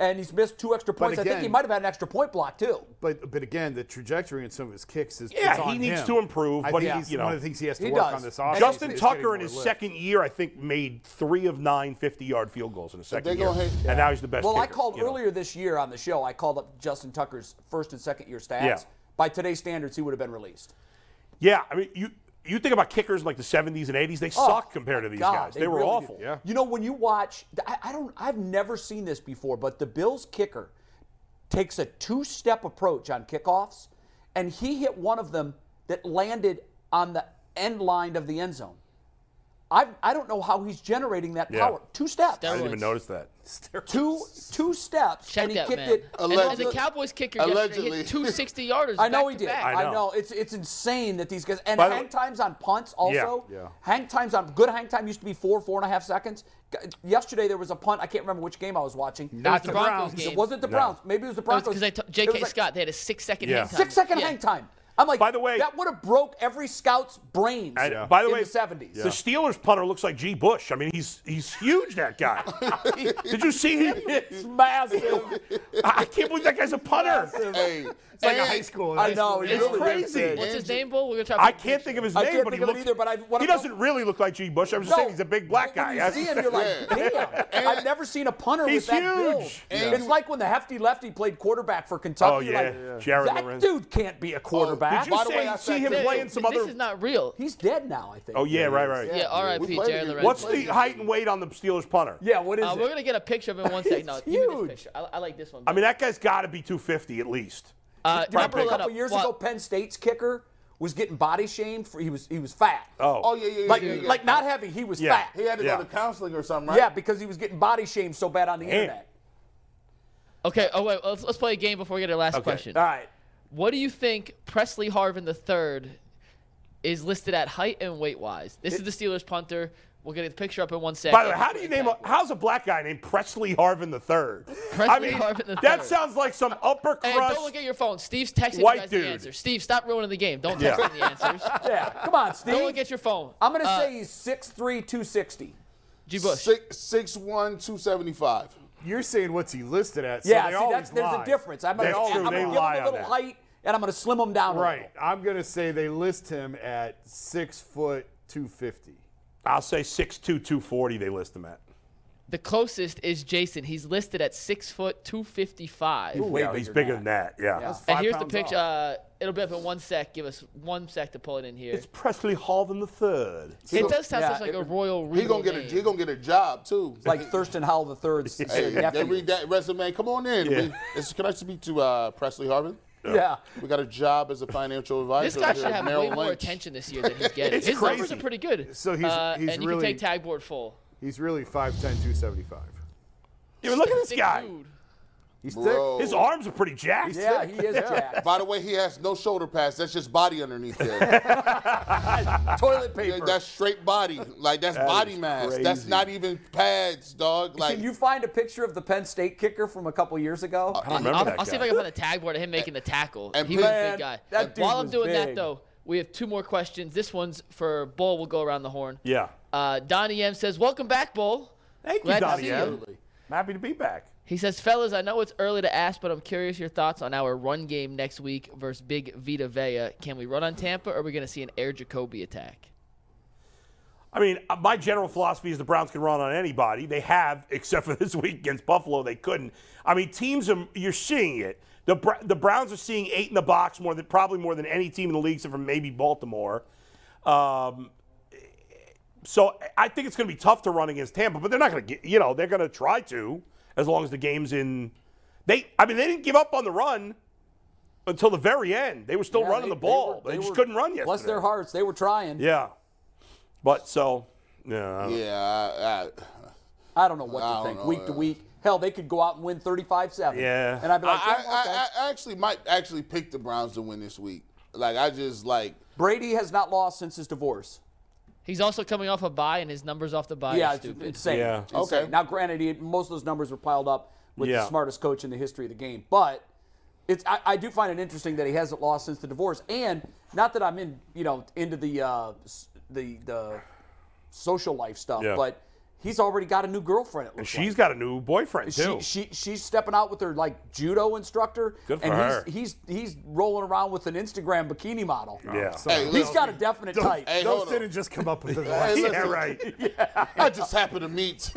S1: and he's missed two extra points, I think he
S5: again-
S1: might have had an extra point block too.
S5: but but again, the trajectory in some of his kicks is
S2: Yeah,
S5: it's on
S2: he needs
S5: him.
S2: to improve,
S5: I
S2: but
S5: think
S2: he-
S5: he's
S2: you
S5: one
S2: know.
S5: of the things he has to
S1: He
S5: work
S1: does.
S5: on this offense.
S2: Justin
S5: is getting
S2: Tucker
S5: more
S2: in his
S5: lift.
S2: second year, I think, made three of nine 50-yard field goals in his second
S4: they
S2: year,
S4: gonna hit-
S2: and now he's the best.
S1: Well, I
S2: kicker,
S1: called
S2: you know.
S1: earlier this year on the show. I called up Justin Tucker's first and second year stats.
S2: Yeah.
S1: By today's standards, he would have been released.
S2: Yeah, I mean, you you think about kickers in like the 70s and 80s, they suck compared to these
S1: Oh, God,
S2: guys. They, were
S1: really
S2: awful.
S1: do. You know, when you watch, I, I don't, I've never seen this before, but the Bills kicker takes a two-step approach on kickoffs, and he hit one of them that landed on the end line of the end zone. I, I don't know how he's generating that
S2: Yeah.
S1: power. Two steps.
S2: I
S3: Steroids.
S2: didn't even notice that.
S1: Two two steps,
S3: Check
S1: and he
S3: that,
S1: kicked
S3: man.
S1: it.
S3: And the- and the
S4: Allegedly.
S3: Cowboys kicker yesterday
S4: Allegedly.
S3: hit two 60 yarders.
S1: I know
S3: back
S1: he
S3: to
S1: did.
S3: back.
S1: I know.
S2: know.
S1: It's it's insane that these guys and
S2: By the
S1: hang
S2: way-
S1: times on punts also.
S2: Yeah.
S5: Yeah.
S1: Hang times on good hang time used to be four four and a half seconds. G- Yesterday there was a punt. I can't remember which game I was watching.
S5: Not
S3: the
S5: the
S3: Broncos
S5: Browns.
S3: game.
S1: It wasn't the Browns. Maybe it was the Broncos.
S3: Because J.K.
S1: It was like
S3: Scott, they had a six-second
S2: Yeah.
S3: hang time.
S1: six second
S3: Yeah.
S1: hang time. I'm like,
S2: By the way-
S1: that would have broke every scout's brains.
S2: And by the
S1: in
S2: way,
S1: the 70s.
S2: the Steelers punter looks like G. Bush. I mean, he's he's huge. That guy. Did you see him?
S1: It's massive.
S2: I can't believe that guy's a punter.
S4: Hey,
S5: It's like a
S4: hey,
S5: high school.
S1: I know.
S5: It's
S1: you
S2: It's
S1: really
S2: crazy.
S1: did.
S3: What's his name, Bull? We're gonna try. to
S2: I
S3: find a
S2: can't
S3: picture.
S2: think of his
S1: I
S2: name,
S1: can't
S2: but he
S1: think of it
S2: looks,
S1: either, but I- what
S2: he
S1: I'm-
S2: doesn't really look like G. Bush. I'm just
S1: No,
S2: saying he's a big black
S1: but
S2: guy.
S1: When you see him, you're like, damn. I've never seen a punter
S2: He's
S1: with that
S2: huge.
S1: build.
S4: And-
S1: It's like when the hefty lefty played quarterback for Kentucky.
S2: Oh, yeah.
S1: like,
S2: Yeah. Jared
S1: that
S2: Lorenz. Oh,
S1: dude can't be a quarterback.
S2: Did you
S4: By the
S2: say
S4: way,
S2: you
S4: I
S2: see
S4: said
S2: him
S4: that-
S2: playing some
S3: this
S2: other?
S3: is not real.
S1: He's dead now, I think.
S2: oh yeah, right, right.
S3: Yeah, R.I.P.
S4: We played
S3: Jerry
S4: against-
S3: Lorenzo.
S2: What's the height and weight on the Steelers punter?
S1: Yeah, what is
S3: Uh,
S1: it?
S3: we're gonna get a picture of him in one second. No,
S1: It's
S3: give me this
S1: huge.
S3: picture. I, I like this one.
S2: I mean, that guy's got to be 250 at least.
S3: uh,
S1: Do you remember
S3: I'll
S1: a
S3: pull that
S1: couple
S3: up.
S1: years
S3: Well,
S1: ago, Penn State's kicker was getting body shamed for he was he was fat.
S2: Oh,
S4: Oh yeah, yeah, yeah.
S1: like
S4: yeah, yeah.
S1: like not heavy, he was
S2: Yeah.
S4: He
S1: fat.
S4: had to
S2: Yeah.
S4: go to counseling or something, right?
S1: Yeah, because he was getting body shamed so bad on the internet.
S3: Okay. Oh wait. Let's, let's play a game before we get our last question.
S2: Uh,
S1: All right.
S3: What do you think Presley Harvin III is listed at height and weight wise? This is the Steelers punter. We'll get a picture up in one second.
S2: By the way, how do you name a how's a black guy named Presley Harvin the third? I mean,
S3: Harvin the
S2: that
S3: third.
S2: sounds like some upper
S3: Hey,
S2: crust.
S3: don't look at your phone. Steve's texting
S2: white
S3: you guys
S2: dude.
S3: the answer. Steve, stop ruining the game. Don't
S2: Yeah.
S3: text me the answers.
S1: Yeah. Come on, Steve.
S3: Don't look at your phone.
S1: I'm gonna
S3: Uh,
S1: say he's 6'3", 260.
S3: G. Bush.
S4: Six six one two seventy five.
S5: You're saying what's he listed at? So
S1: yeah,
S5: they
S1: see,
S5: always
S1: that's, there's
S5: lie.
S1: a difference. I'm going
S5: That's
S2: gonna-
S5: true.
S2: I'm
S5: they
S1: to give
S2: lie
S1: him a
S2: on
S1: little
S2: that.
S1: height, and I'm going to slim him down a
S5: Right.
S1: little.
S5: I'm gonna say they list him at six foot two fifty.
S2: I'll say 6'2", 240 they list him at.
S3: The closest is Jason. He's listed at six foot two fifty five.
S1: Way
S2: yeah, he's bigger than that. Yeah.
S3: And here's the picture. Uh, it'll be up in one sec. Give us one sec to pull it in here.
S2: It's Presley Harvin the third.
S3: it does sound
S1: yeah,
S3: such like
S1: it-
S3: a royal
S4: He
S3: regal
S4: gonna get a
S3: name.
S4: he gonna get a job too.
S1: Like Thurston Howell III's
S4: Hey, they
S1: nephew.
S4: read that resume. Come on in.
S2: Yeah.
S4: We- it's- can I speak to uh, Presley Harvin?
S1: Yeah.
S4: We got a job as a financial advisor.
S3: This guy
S4: here
S3: should
S4: at
S3: have way
S4: Merrill
S3: more
S4: Lynch.
S3: attention this year than he's getting.
S2: It's
S3: His numbers
S2: crazy.
S3: are pretty good.
S5: So he's-
S3: uh,
S5: he's
S3: and
S5: really-
S3: you can take tagboard full.
S5: He's really 5'10", 275.
S2: Yeah, but look at this
S3: Thick
S2: guy.
S3: dude.
S5: He's
S4: Bro.
S5: thick.
S2: His arms are pretty jacked.
S1: Yeah, he is jacked.
S4: By the way, he has no shoulder pads. That's just body underneath there.
S1: Toilet
S4: Yeah, that's straight body. Like that's body
S2: is
S4: mass. That's
S2: crazy.
S4: not even pads, dog. Like
S1: Can you find a picture of the Penn State kicker from a couple years ago?
S2: I don't remember
S3: I'll,
S2: that
S3: I'll see if
S2: guy.
S3: I can find a tagboard of him making the tackle.
S4: and
S3: he was a
S1: man,
S3: big guy.
S1: that dude
S3: While I'm
S1: was
S3: doing that
S1: big.
S3: though, we have two more questions. This one's for Bull. We'll go around the horn.
S2: Yeah.
S3: Uh, Donnie M says, "Welcome back, Bull."
S2: Thank you,
S3: Glad to
S2: Donnie.
S3: see
S2: M.
S3: you.
S2: I'm happy to be back.
S3: He says, fellas, I know it's early to ask, but I'm curious your thoughts on our run game next week versus Big Vita Vea. Can we run on Tampa, or are we going to see an Air Jacoby attack?
S2: I mean, uh, my general philosophy is the Browns can run on anybody. They have, except for this week against Buffalo, they couldn't. I mean, teams are you're seeing it. The Br- the Browns are seeing eight in the box more than probably more than any team in the league, except for maybe Baltimore. Um, so I think it's going to be tough to run against Tampa, but they're not going to get. You know, they're going to try to as long as the game's in. They, I mean, they didn't give up on the run until the very end. They were still
S1: Yeah,
S2: running
S1: they- they
S2: the ball.
S1: were-
S2: They, just
S1: were-
S2: couldn't run yesterday.
S1: Bless their hearts, they were trying.
S2: Yeah. But so, yeah. I don't-
S4: Yeah, I,
S1: I don't know what
S4: I
S1: to
S4: don't
S1: think.
S4: know,
S1: week to
S4: yeah. week.
S1: week, hell, they could go out and win 35-7.
S2: Yeah.
S1: and I'd be
S4: I,
S1: like,
S4: I,
S1: yeah, okay.
S4: I, I actually might actually pick the Browns to win this week. Like I just like
S1: Brady has not lost since his divorce.
S3: He's also coming off a bye, and his numbers off the bye
S1: yeah,
S3: are
S1: it's
S3: stupid.
S1: insane.
S2: Yeah.
S1: Insane.
S4: Okay.
S1: Now, granted, he, most of those numbers were piled up with
S2: Yeah.
S1: the smartest coach in the history of the game, but it's I, I do find it interesting that he hasn't lost since the divorce. And not that I'm in, you know, into the uh, s- the the social life stuff,
S2: Yeah.
S1: but he's already got a new girlfriend. It looks
S2: She's
S1: like.
S2: got a new boyfriend too.
S1: She, she she's stepping out with her like judo instructor,
S2: Good for
S1: and
S2: her.
S1: he's he's he's rolling around with an Instagram bikini model.
S2: yeah.
S5: Sorry.
S4: Hey,
S1: He's got a definite
S5: Those-
S1: type.
S4: Hey,
S5: Those
S4: hold on.
S5: didn't just come up with it.
S4: Hey,
S5: last-
S4: look,
S2: yeah, right.
S4: I just happened to meet.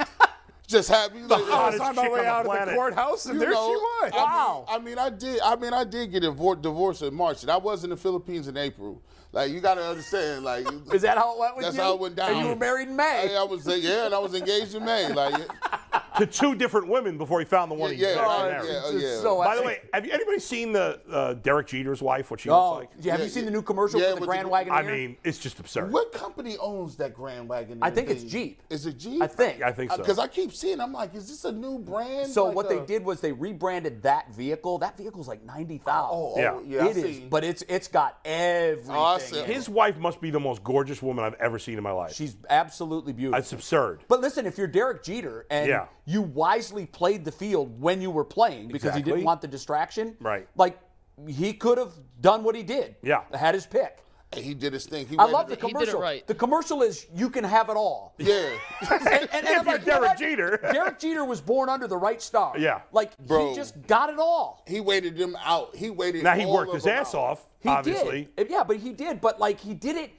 S4: Just happy. The
S5: I
S2: hottest
S5: was on my
S2: chick on
S5: way
S2: the
S5: out of the
S2: planet.
S5: courthouse, and
S4: You
S5: there
S4: know,
S5: she was.
S4: I mean- I mean, I did. I mean, I did get divor- divorced in March, and I was in the Philippines in April. Like you got to understand. Like
S1: Is that how it went with
S4: That's
S1: you?
S4: how it went down.
S1: And you were married in May.
S4: Hey, I was uh, yeah, and I was engaged in May. Like yeah,
S2: to two different women before he found the one he
S4: yeah,
S2: got
S4: yeah,
S2: married.
S4: yeah,
S1: It's
S4: yeah.
S1: so
S2: By the
S1: epic.
S2: way, have you, anybody seen the uh, Derek Jeter's wife? What she
S1: Oh,
S2: looks like?
S1: yeah, have
S4: Yeah,
S1: you seen
S4: yeah.
S1: the new commercial
S4: Yeah,
S1: for the
S4: with the
S1: Grand
S4: new-
S1: Wagoneer?
S2: I mean, it's just absurd.
S4: What company owns that Grand Wagoneer?
S1: I think it's
S4: thing?
S1: Jeep.
S4: Is it Jeep?
S1: I think.
S2: I think so.
S4: Because I keep seeing, I'm like, is this a new brand?
S1: so.
S4: Like
S1: what
S4: a-
S1: they did was they rebranded that vehicle. That vehicle's like ninety thousand.
S4: Oh, oh,
S2: Yeah.
S4: yeah, I
S1: it is,
S4: see.
S1: but it's it's got everything.
S4: Oh, I see.
S1: in it.
S2: His wife must be the most gorgeous woman I've ever seen in my life.
S1: She's absolutely beautiful.
S2: That's absurd.
S1: But listen, if you're Derek Jeter and
S2: Yeah.
S1: you wisely played the field when you were playing because he
S2: Exactly.
S1: didn't want the distraction,
S2: Right.
S1: Like he could have done what he did.
S2: Yeah.
S1: had his pick.
S4: he did his thing. He
S1: I
S4: waited
S1: love the
S4: to-
S3: He did it
S1: commercial.
S3: right.
S1: The commercial is you can have it all.
S4: Yeah,
S1: and, and, and I'm
S2: If you're
S1: like, you know
S2: Derek
S1: what?
S2: Jeter.
S1: Derek Jeter was born under the right star.
S2: Yeah.
S1: like
S4: Bro.
S1: he just got it all.
S4: he waited them out. He waited.
S2: now he
S4: all
S2: worked
S4: of
S2: his
S4: them
S2: ass
S4: out.
S2: off,
S1: He
S2: obviously.
S1: did. Yeah, but he did. But like he did it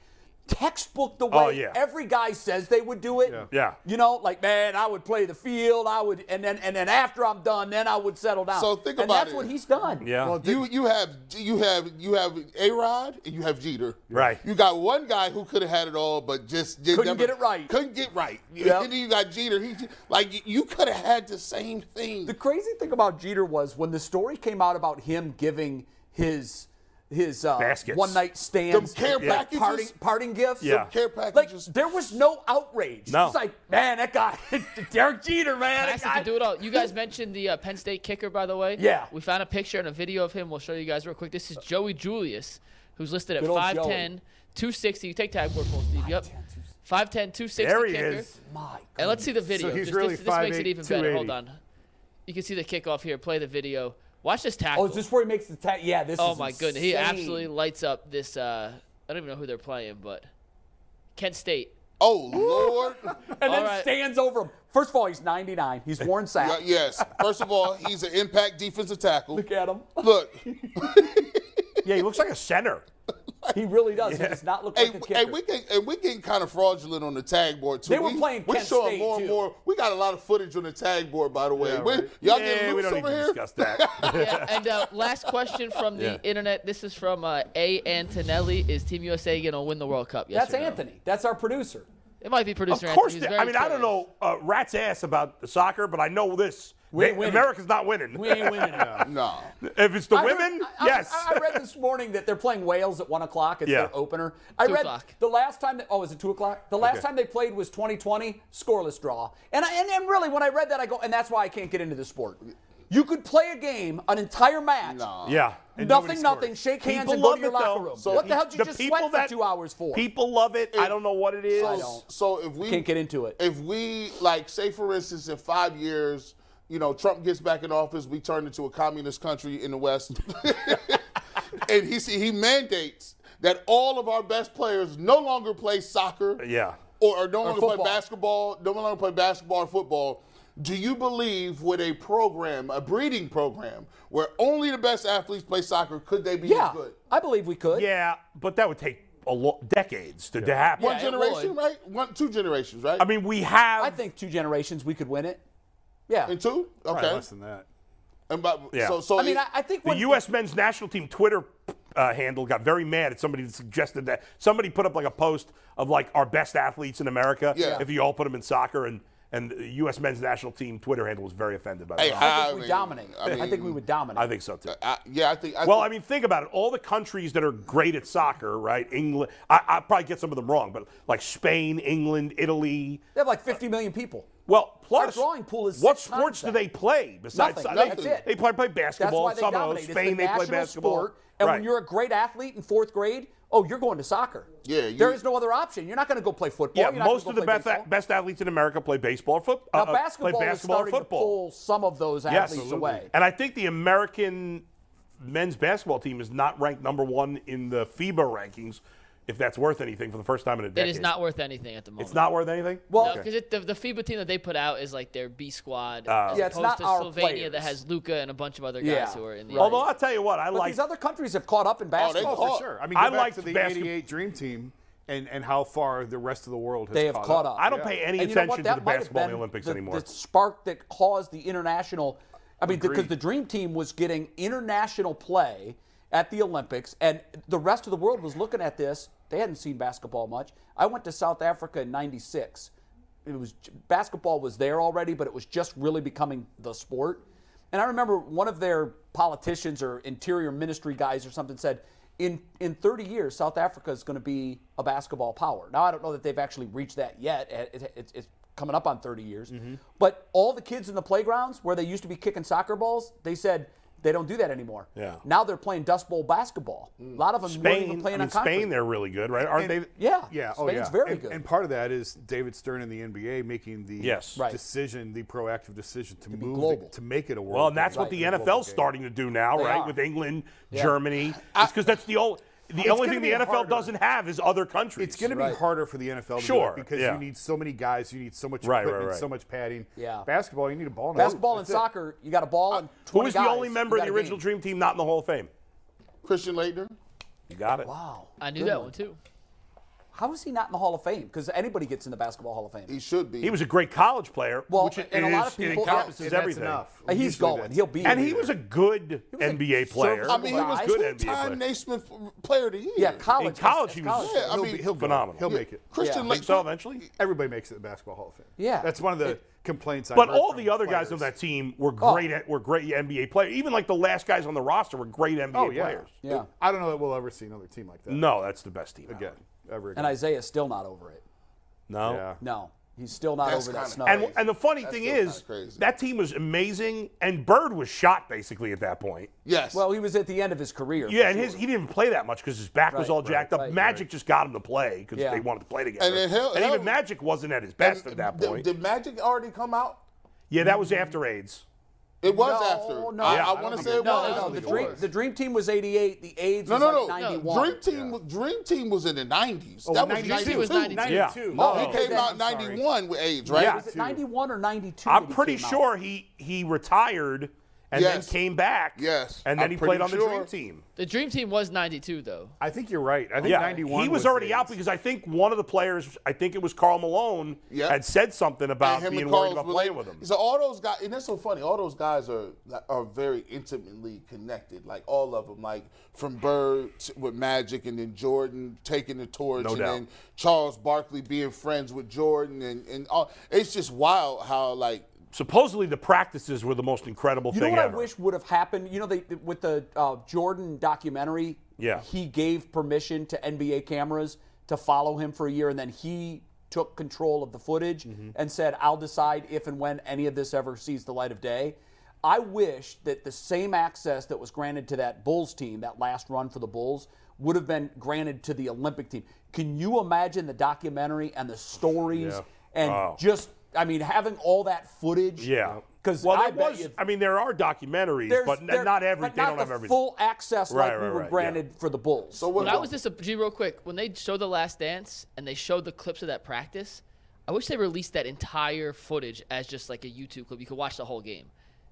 S1: textbook the way
S2: Oh, yeah.
S1: every guy says they would do it.
S2: Yeah.
S1: You know, like man, I would play the field. I would, and then and then after I'm done, then I would settle down.
S4: So think
S1: and
S4: about
S1: that's
S4: it.
S1: what he's done.
S2: Yeah.
S4: You you have you have you have A Rod and you have Jeter.
S2: Right.
S4: You got one guy who could have had it all, but just did
S1: Couldn't get it right.
S4: Couldn't get right.
S1: Yep.
S4: And then you got Jeter. He like you- you could have had the same thing.
S1: The crazy thing about Jeter was when the story came out about him giving his his uh,
S2: Baskets.
S1: one night stands,
S4: Them care
S1: like,
S4: packages.
S1: parting parting gifts.
S2: Yeah.
S4: care
S1: Like
S4: packages.
S1: there was no outrage.
S2: No.
S1: It's like, man, that guy, Derek Jeter, man. That
S3: Classic
S1: guy,
S3: can do it all. You guys mentioned the uh, Penn State kicker, by the way.
S1: Yeah.
S3: We found a picture and a video of him. We'll show you guys real quick. This is Joey Julius, who's listed at
S1: Good old
S3: 5'10",
S1: Joey.
S3: 260. You take tag for full, Steve. Yep. 5'10", 260
S2: There he
S3: kicker.
S2: is.
S1: My God.
S3: And let's see the video.
S5: he's
S3: Just-
S5: really
S3: this, this makes it
S5: 5'8",
S3: even better. Hold
S5: 280.
S3: on. You can see the kickoff here. Play the video. Watch this tackle.
S1: Oh, is this where he makes the tag? Yeah, this
S3: Oh
S1: is
S3: my goodness, he
S1: insane.
S3: absolutely lights up this. Uh, I don't even know who they're playing, but Kent State.
S4: Oh Lord.
S1: and then
S3: All right.
S1: stands over him. First of all, he's 99. He's worn
S4: Yeah,
S1: sack.
S4: Uh, yes. First of all, he's an impact defensive tackle.
S1: Look at him.
S4: Look,
S2: Yeah, he looks like a center.
S1: He really does. He does not look
S4: hey,
S1: like a kicker.
S4: hey, we getting, and we getting kind of fraudulent on the tag board too.
S1: They were
S4: we,
S1: playing
S4: We're
S1: Kent
S4: showing
S1: State,
S4: more and
S1: too.
S4: more. We got a lot of footage on the tag board, by the way.
S5: Yeah,
S4: We-
S5: right.
S4: Y'all
S2: yeah,
S4: getting
S2: we
S4: loose
S2: don't need
S4: over
S2: to
S4: here?
S2: discuss that.
S3: yeah, and uh, last question from the
S4: Yeah.
S3: internet. This is from uh, A. Antonelli. Is Team USA going to win the World Cup? Yes
S1: That's
S3: or no?
S1: Anthony. That's our producer.
S3: It might be
S2: of
S3: producer
S2: course,
S3: Anthony.
S2: they, I mean, I don't know uh, rat's ass about the soccer, but I know this.
S1: We
S2: They-
S1: ain't winning.
S2: America's not winning.
S1: We ain't winning. it.
S4: No.
S2: if it's the
S1: I read-
S2: women,
S1: I- I-
S2: yes.
S1: I, I read this morning that they're playing Wales at one o'clock. It's
S2: Yeah.
S1: their opener. I
S3: Two
S1: read
S3: o'clock.
S1: the last time. That, oh, is it two o'clock? The last time they played was 2020, scoreless draw. And, I, and and really, when I read that, I go, and that's why I can't get into the sport. You could play a game, an entire match.
S4: No.
S2: yeah.
S5: And nobody
S1: Nothing,
S5: scored.
S1: nothing. Shake hands
S2: People
S1: and go
S2: love
S1: to your
S2: it,
S1: locker
S2: though.
S1: room.
S2: So
S1: what the hell did you
S2: the
S1: just
S2: people
S1: sweat
S2: that-
S1: for two hours for?
S2: People love it. I don't know what it is.
S1: don't.
S4: So if we
S1: Can't get into it.
S4: If we like, say for instance, in five years, you know, Trump gets back in office, we turn into a communist country in the West, and he see he mandates that all of our best players no longer play soccer.
S2: Yeah.
S4: or, or don't want to play
S1: football.
S4: basketball, don't want to play basketball or football. Do you believe with a program, a breeding program, where only the best athletes play soccer, could they be
S1: yeah,
S4: as good?
S1: I believe we could.
S2: Yeah, but that would take a lo- decades to, to happen.
S4: One
S3: it
S4: generation,
S3: would.
S4: right? One, two generations, right?
S2: I mean, we have.
S1: I think two generations we could win it. Yeah.
S4: and two.
S5: Probably
S4: Okay.
S5: less than that.
S4: And but,
S2: Yeah.
S4: So, so
S1: I mean,
S4: it-
S1: I, I think
S2: the
S1: when
S2: U.S. men's national team Twitter uh, handle got very mad at somebody that suggested that somebody put up like a post of like our best athletes in America.
S4: Yeah.
S2: If you all put them in soccer, and and the U.S. men's national team Twitter handle was very offended by that.
S4: Hey,
S1: I think
S4: I
S1: we
S4: mean,
S1: dominate.
S4: I
S1: I think we
S4: mean,
S1: would dominate.
S2: I think so too.
S4: I- yeah, I think. I
S2: Well,
S4: think-
S2: I mean, think about it. All the countries that are great at soccer, right? England. I, I probably get some of them wrong, but like Spain, England, Italy.
S1: They have like 50 million people.
S2: Well, plus
S1: drawing pool is
S2: what
S1: six times
S2: sports do
S1: that.
S2: they play besides
S1: Nothing.
S2: they-
S1: That's
S2: they,
S1: it.
S2: play play
S1: That's
S2: basketball.
S1: why
S2: in
S1: they
S2: some of
S1: dominate.
S2: those.
S1: It's
S2: Spain
S1: the
S2: they play
S1: national
S2: basketball.
S1: sport, and
S2: right.
S1: when you're a great athlete in fourth grade, oh, you're going to soccer.
S4: Yeah, you-
S1: there is no other option. You're not going to go play football.
S2: yeah,
S1: You're not
S2: most
S1: gonna go
S2: of the
S1: play
S2: best,
S1: baseball.
S2: best athletes in America play baseball or football.
S1: now, basketball,
S2: play basketball
S1: is
S2: or
S1: starting
S2: football.
S1: to pull some of those
S2: Yes,
S1: athletes away.
S2: And I think the American men's basketball team is not ranked number one in the FIBA rankings, if that's worth anything for the first time in a
S3: It
S2: decade.
S3: is not worth anything at the moment.
S2: It's not worth anything.
S1: Well,
S3: No, because the, the FIBA team that they put out is like their B squad, as
S1: Oh. Yeah, it's
S3: opposed
S1: not
S3: to
S1: our
S3: Slovenia that
S1: players.
S3: has Luca and a bunch of other guys
S1: Yeah.
S3: who are in the.
S2: although I'll tell you what, I
S1: but
S2: like.
S1: these other countries have caught up in
S4: they
S1: basketball.
S5: Oh,
S4: caught-
S5: for sure. I mean, go
S2: I
S5: back
S2: liked
S5: to the
S2: basketball-
S5: '88 Dream Team and and how far the rest of the world has
S1: They have caught up.
S2: I don't pay any
S1: And you know what?
S2: attention
S1: That
S2: to the
S1: might have
S2: basketball in
S1: been
S2: the Olympics
S1: the,
S2: anymore.
S1: The spark that caused the international. I mean, because
S5: Agreed.
S1: the dream team was getting international play at the Olympics, and the rest of the world was looking at this. They hadn't seen basketball much. I went to South Africa in '96. It was basketball was there already, but it was just really becoming the sport. And I remember one of their politicians or interior ministry guys or something said, in, in 30 years, South Africa is going to be a basketball power. Now, I don't know that they've actually reached that yet. It- it- it's, it's coming up on 30 years.
S2: Mm-hmm.
S1: But all the kids in the playgrounds where they used to be kicking soccer balls, they said they don't do that anymore.
S2: Yeah. Mm.
S1: Now they're playing Dust Bowl basketball. A lot of them weren't even
S2: Spain, I
S1: playing
S2: mean,
S1: on concrete.
S2: Spain, they're really good, right? Aren't
S5: And-
S2: they?
S1: Yeah.
S5: Yeah,
S1: Spain's
S5: oh yeah.
S1: very
S5: and,
S1: good.
S5: And part of that is David Stern and the NBA making the
S2: Yes.
S1: Right.
S5: decision, the proactive decision to, move
S1: global.
S5: it- to make it a world.
S2: Well, and that's
S5: game.
S2: what the
S5: Right.
S2: NFL's starting to do now,
S1: They
S2: right?
S1: are.
S2: With England, Germany, because that's the only the
S5: It's
S2: only
S5: gonna
S2: thing
S5: be
S2: the NFL
S5: harder.
S2: doesn't have is other countries.
S5: It's going to
S1: Right.
S5: be harder for the NFL to
S2: Sure,
S5: do it because
S2: yeah.
S5: you need so many guys, you need so much
S2: Right, right,
S5: equipment,
S2: right.
S5: so much padding.
S1: Yeah.
S5: Basketball, you need a ball. and a hoop.
S1: basketball and
S5: That's it.
S1: soccer, you got a ball and 20
S2: Uh, Who was the
S1: guys,
S2: only member
S1: you
S2: of the
S1: got a
S2: original
S1: game.
S2: Dream Team not in the Hall of Fame?
S4: Christian Leitner.
S2: You got it.
S1: Wow.
S3: I knew that one too.
S1: How is he not in the Hall of Fame? Because anybody gets in the Basketball Hall of Fame.
S4: He should be.
S2: He was a great college player,
S1: Well,
S2: which it
S1: and a lot
S2: is-
S1: of people-
S2: it encompasses
S5: And that's
S2: everything.
S5: enough.
S1: Uh, He's
S5: Usually
S1: going.
S5: that's-
S1: He'll be.
S2: And
S1: here.
S2: he was a good
S1: was a
S2: NBA player.
S1: serviceable
S4: I mean, he was
S1: guy.
S2: good
S1: Guys,
S4: two-time
S2: NBA player.
S4: Naismith Player of the Year.
S1: Yeah, college.
S2: In college,
S1: that's
S2: he was-
S1: college.
S4: Yeah, I
S5: He'll,
S4: mean,
S5: be, he'll go.
S2: phenomenal.
S5: He'll make it.
S4: Christian
S1: Yeah.
S4: Leitner.
S2: So eventually,
S5: Everybody makes it to the Basketball Hall of Fame.
S1: Yeah.
S5: That's one of the complaints. I've
S2: but
S5: heard
S2: all
S5: from
S2: the other guys on
S5: players.
S2: that team were
S1: Oh.
S2: great. At, were great NBA players. Even like the last guys on the roster were great NBA
S5: Oh yeah.
S2: players.
S1: Yeah.
S5: I don't know that we'll ever see another team like that.
S2: No, that's the best team
S5: Again,
S2: Out.
S5: ever
S1: And
S5: again.
S1: Isaiah's still not over it.
S2: No.
S5: yeah.
S1: No, he's still not
S4: That's
S1: over that
S4: kinda
S1: snow.
S2: And, and the funny
S4: That's
S2: thing
S4: still kinda
S2: is,
S4: crazy.
S2: that team was amazing, and Bird was shot basically at that point.
S4: Yes.
S1: well, he was at the end of his career.
S2: Yeah, and his, he didn't even play that much because his back was
S1: Right,
S2: all
S1: right,
S2: jacked up.
S1: right,
S2: Magic just got him to play because
S1: Yeah.
S2: they wanted to play together.
S4: And then Hel-
S2: even
S4: Hel-
S2: Magic wasn't at his best at that
S4: Did-
S2: point.
S4: Did Magic already come out?
S2: yeah, that was after AIDS.
S4: It was
S1: No,
S4: after.
S1: no.
S4: I,
S1: Yeah,
S2: I
S4: want
S2: don't
S4: to
S2: think
S4: say
S2: it-
S4: it
S1: No,
S4: was.
S1: no,
S4: after
S1: the
S4: the
S1: dream,
S4: Bulls.
S1: the dream team was 88. The AIDS
S4: No,
S1: was
S4: no,
S1: like
S4: no.
S1: 91.
S4: Dream Team, was Dream Team was in the nineties.
S5: Oh,
S4: that was
S5: 92.
S3: It was
S4: 92.
S3: 92.
S2: Yeah.
S4: Oh,
S1: Oh,
S4: he came
S1: okay.
S4: out
S1: I'm sorry.
S4: '91 with AIDS, right?
S2: Yeah.
S1: Was it 91 or 92?
S2: I'm
S1: that he
S2: pretty
S1: came out?
S2: sure he he retired and
S4: Yes.
S2: then came back.
S4: Yes.
S2: And then
S4: I'm
S2: he played
S4: pretty
S2: on the
S4: sure.
S2: Dream Team.
S3: The dream team was 92 though.
S5: I think you're right. I think
S2: Yeah,
S5: 91.
S2: he was, already out because I think one of the players, I think it was Carl Malone,
S4: Yeah.
S2: had said something about
S4: and him
S2: being
S4: and
S2: worried
S4: Carl's
S2: about
S4: related-
S2: playing with him.
S4: So all those guys, and that's so funny. All those guys are are very intimately connected. Like all of them, like from Bird to- with Magic, and then Jordan taking the torch,
S2: No
S4: and
S2: doubt.
S4: then Charles Barkley being friends with Jordan, and and all. It's just wild how like
S2: Supposedly, the practices were the most incredible
S1: You know
S2: thing
S1: what
S2: ever.
S1: I wish would have happened? You know, they with the uh, Jordan documentary.
S2: Yeah.
S1: He gave permission to NBA cameras to follow him for a year, and then he took control of the footage
S2: Mm-hmm.
S1: and said, "I'll decide if and when any of this ever sees the light of day." I wish that the same access that was granted to that Bulls team, that last run for the Bulls, would have been granted to the Olympic team. Can you imagine the documentary and the stories and
S2: Wow.
S1: just, I mean, having all that footage?
S2: yeah.
S1: Because
S2: well,
S1: I
S2: there
S1: bet
S2: was.
S1: you
S2: I mean, there are documentaries,
S1: there's-
S2: but n-
S1: there-
S2: not every.
S1: but
S2: they
S1: not
S2: don't
S1: the
S2: have everything.
S1: full access like
S2: Right,
S1: we
S2: right,
S1: were
S2: right,
S1: granted for the Bulls.
S4: so. What
S3: When I was just G real quick, when they showed the last dance and they showed the clips of that practice, I wish they released that entire footage as just like a YouTube clip. You could watch the whole game.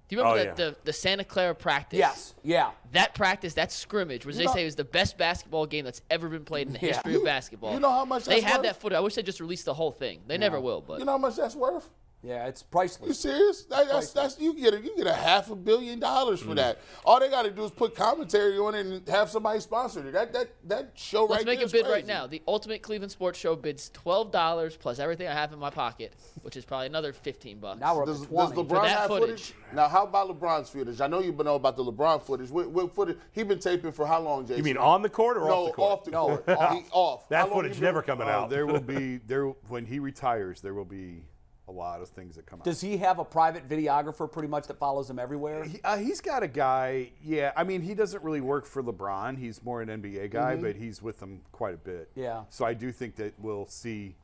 S3: Do you remember
S2: Oh,
S3: that
S2: yeah.
S3: the, the Santa Clara practice?
S1: yes, yeah.
S3: That practice, that scrimmage, which they
S1: know-
S3: say is the best basketball game that's ever been played in the history of basketball.
S4: you know how much
S3: they
S4: that's
S3: have
S4: worth?
S3: that footage. I wish they just released the whole thing. They never will, but
S4: you know how much that's worth?
S1: Yeah, it's
S4: You
S1: priceless.
S4: serious? That, that's, that's you get a, you get a half a billion dollars
S2: Mm.
S4: for that. All they got to do is put commentary on it and have somebody sponsor it. That that that show
S3: let's
S4: right
S3: make
S4: there
S3: a
S4: is
S3: bid right
S4: crazy.
S3: now. The Ultimate Cleveland Sports Show bids twelve dollars plus everything I have in my pocket, which is probably another fifteen bucks.
S1: Now we're up
S4: Does,
S1: to
S4: does
S1: 20.
S4: LeBron
S3: that
S4: have
S3: footage.
S4: footage. Now, how about LeBron's footage? I know you know about the LeBron footage. What, what footage? He been taping for how long, Jason?
S2: You mean on the court or
S4: no,
S2: off the court?
S4: off the court. He- off. How
S2: That
S4: long
S2: footage
S4: he been-
S2: never coming
S5: Oh,
S2: out.
S5: there will be there when he retires. There will be a lot of things that come out.
S1: Does he have a private videographer pretty much that follows him everywhere?
S5: He, uh, he's got a guy. Yeah, I mean, he doesn't really work for LeBron. He's more an NBA guy, but he's with them quite a bit.
S1: Mm-hmm. Yeah.
S5: So I do think that we'll see.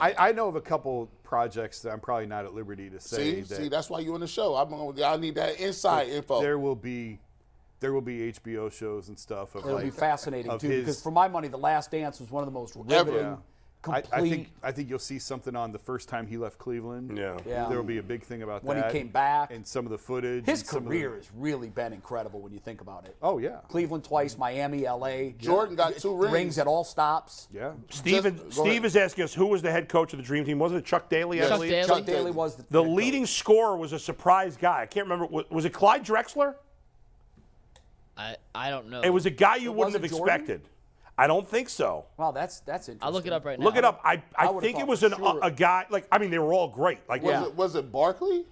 S5: I, I know of a couple projects that I'm probably not at liberty to say
S4: See,
S5: that
S4: see, that's why you on the show. I'm on, I need that inside info.
S5: there will be there will be HBO shows and stuff. Of
S1: It'll
S5: like,
S1: be fascinating
S5: of
S1: too,
S5: his-
S1: because for my money, The Last Dance was one of the most riveting,
S4: Yeah.
S5: I,
S1: complete.
S5: I think I think you'll see something on the first time he left Cleveland.
S2: Yeah.
S1: Yeah.
S5: There will be a big thing about
S1: When he
S5: that
S1: came back.
S5: and some of the footage.
S1: His
S5: and some of the-
S1: career has really been incredible when you think about it.
S5: Oh yeah.
S1: Cleveland twice, Miami, LA.
S4: Jordan got two rings.
S1: rings at all stops.
S5: Yeah.
S2: Steven,
S4: Just- go
S2: Steve
S4: ahead.
S2: is asking us who was the head coach of the Dream Team. Wasn't it Chuck Daly? I
S4: Yes.
S3: Chuck
S2: believe?
S3: Daly?
S1: Chuck Daly was the,
S2: The
S1: head coach.
S2: leading scorer was a surprise guy. I can't remember. Was, was it Clyde Drexler?
S3: I, I don't know.
S2: It was a guy you wouldn't
S1: wasn't
S2: have
S1: Jordan?
S2: expected. I don't think so.
S1: Wow, that's that's interesting.
S3: I'll look it up right now.
S2: Look it up. I, I,
S1: would've
S2: think it
S1: thought
S2: was
S1: for
S2: an
S1: sure.
S2: a, a guy like I mean they were all great. Like
S1: Yeah.
S4: was, it, was it Barkley?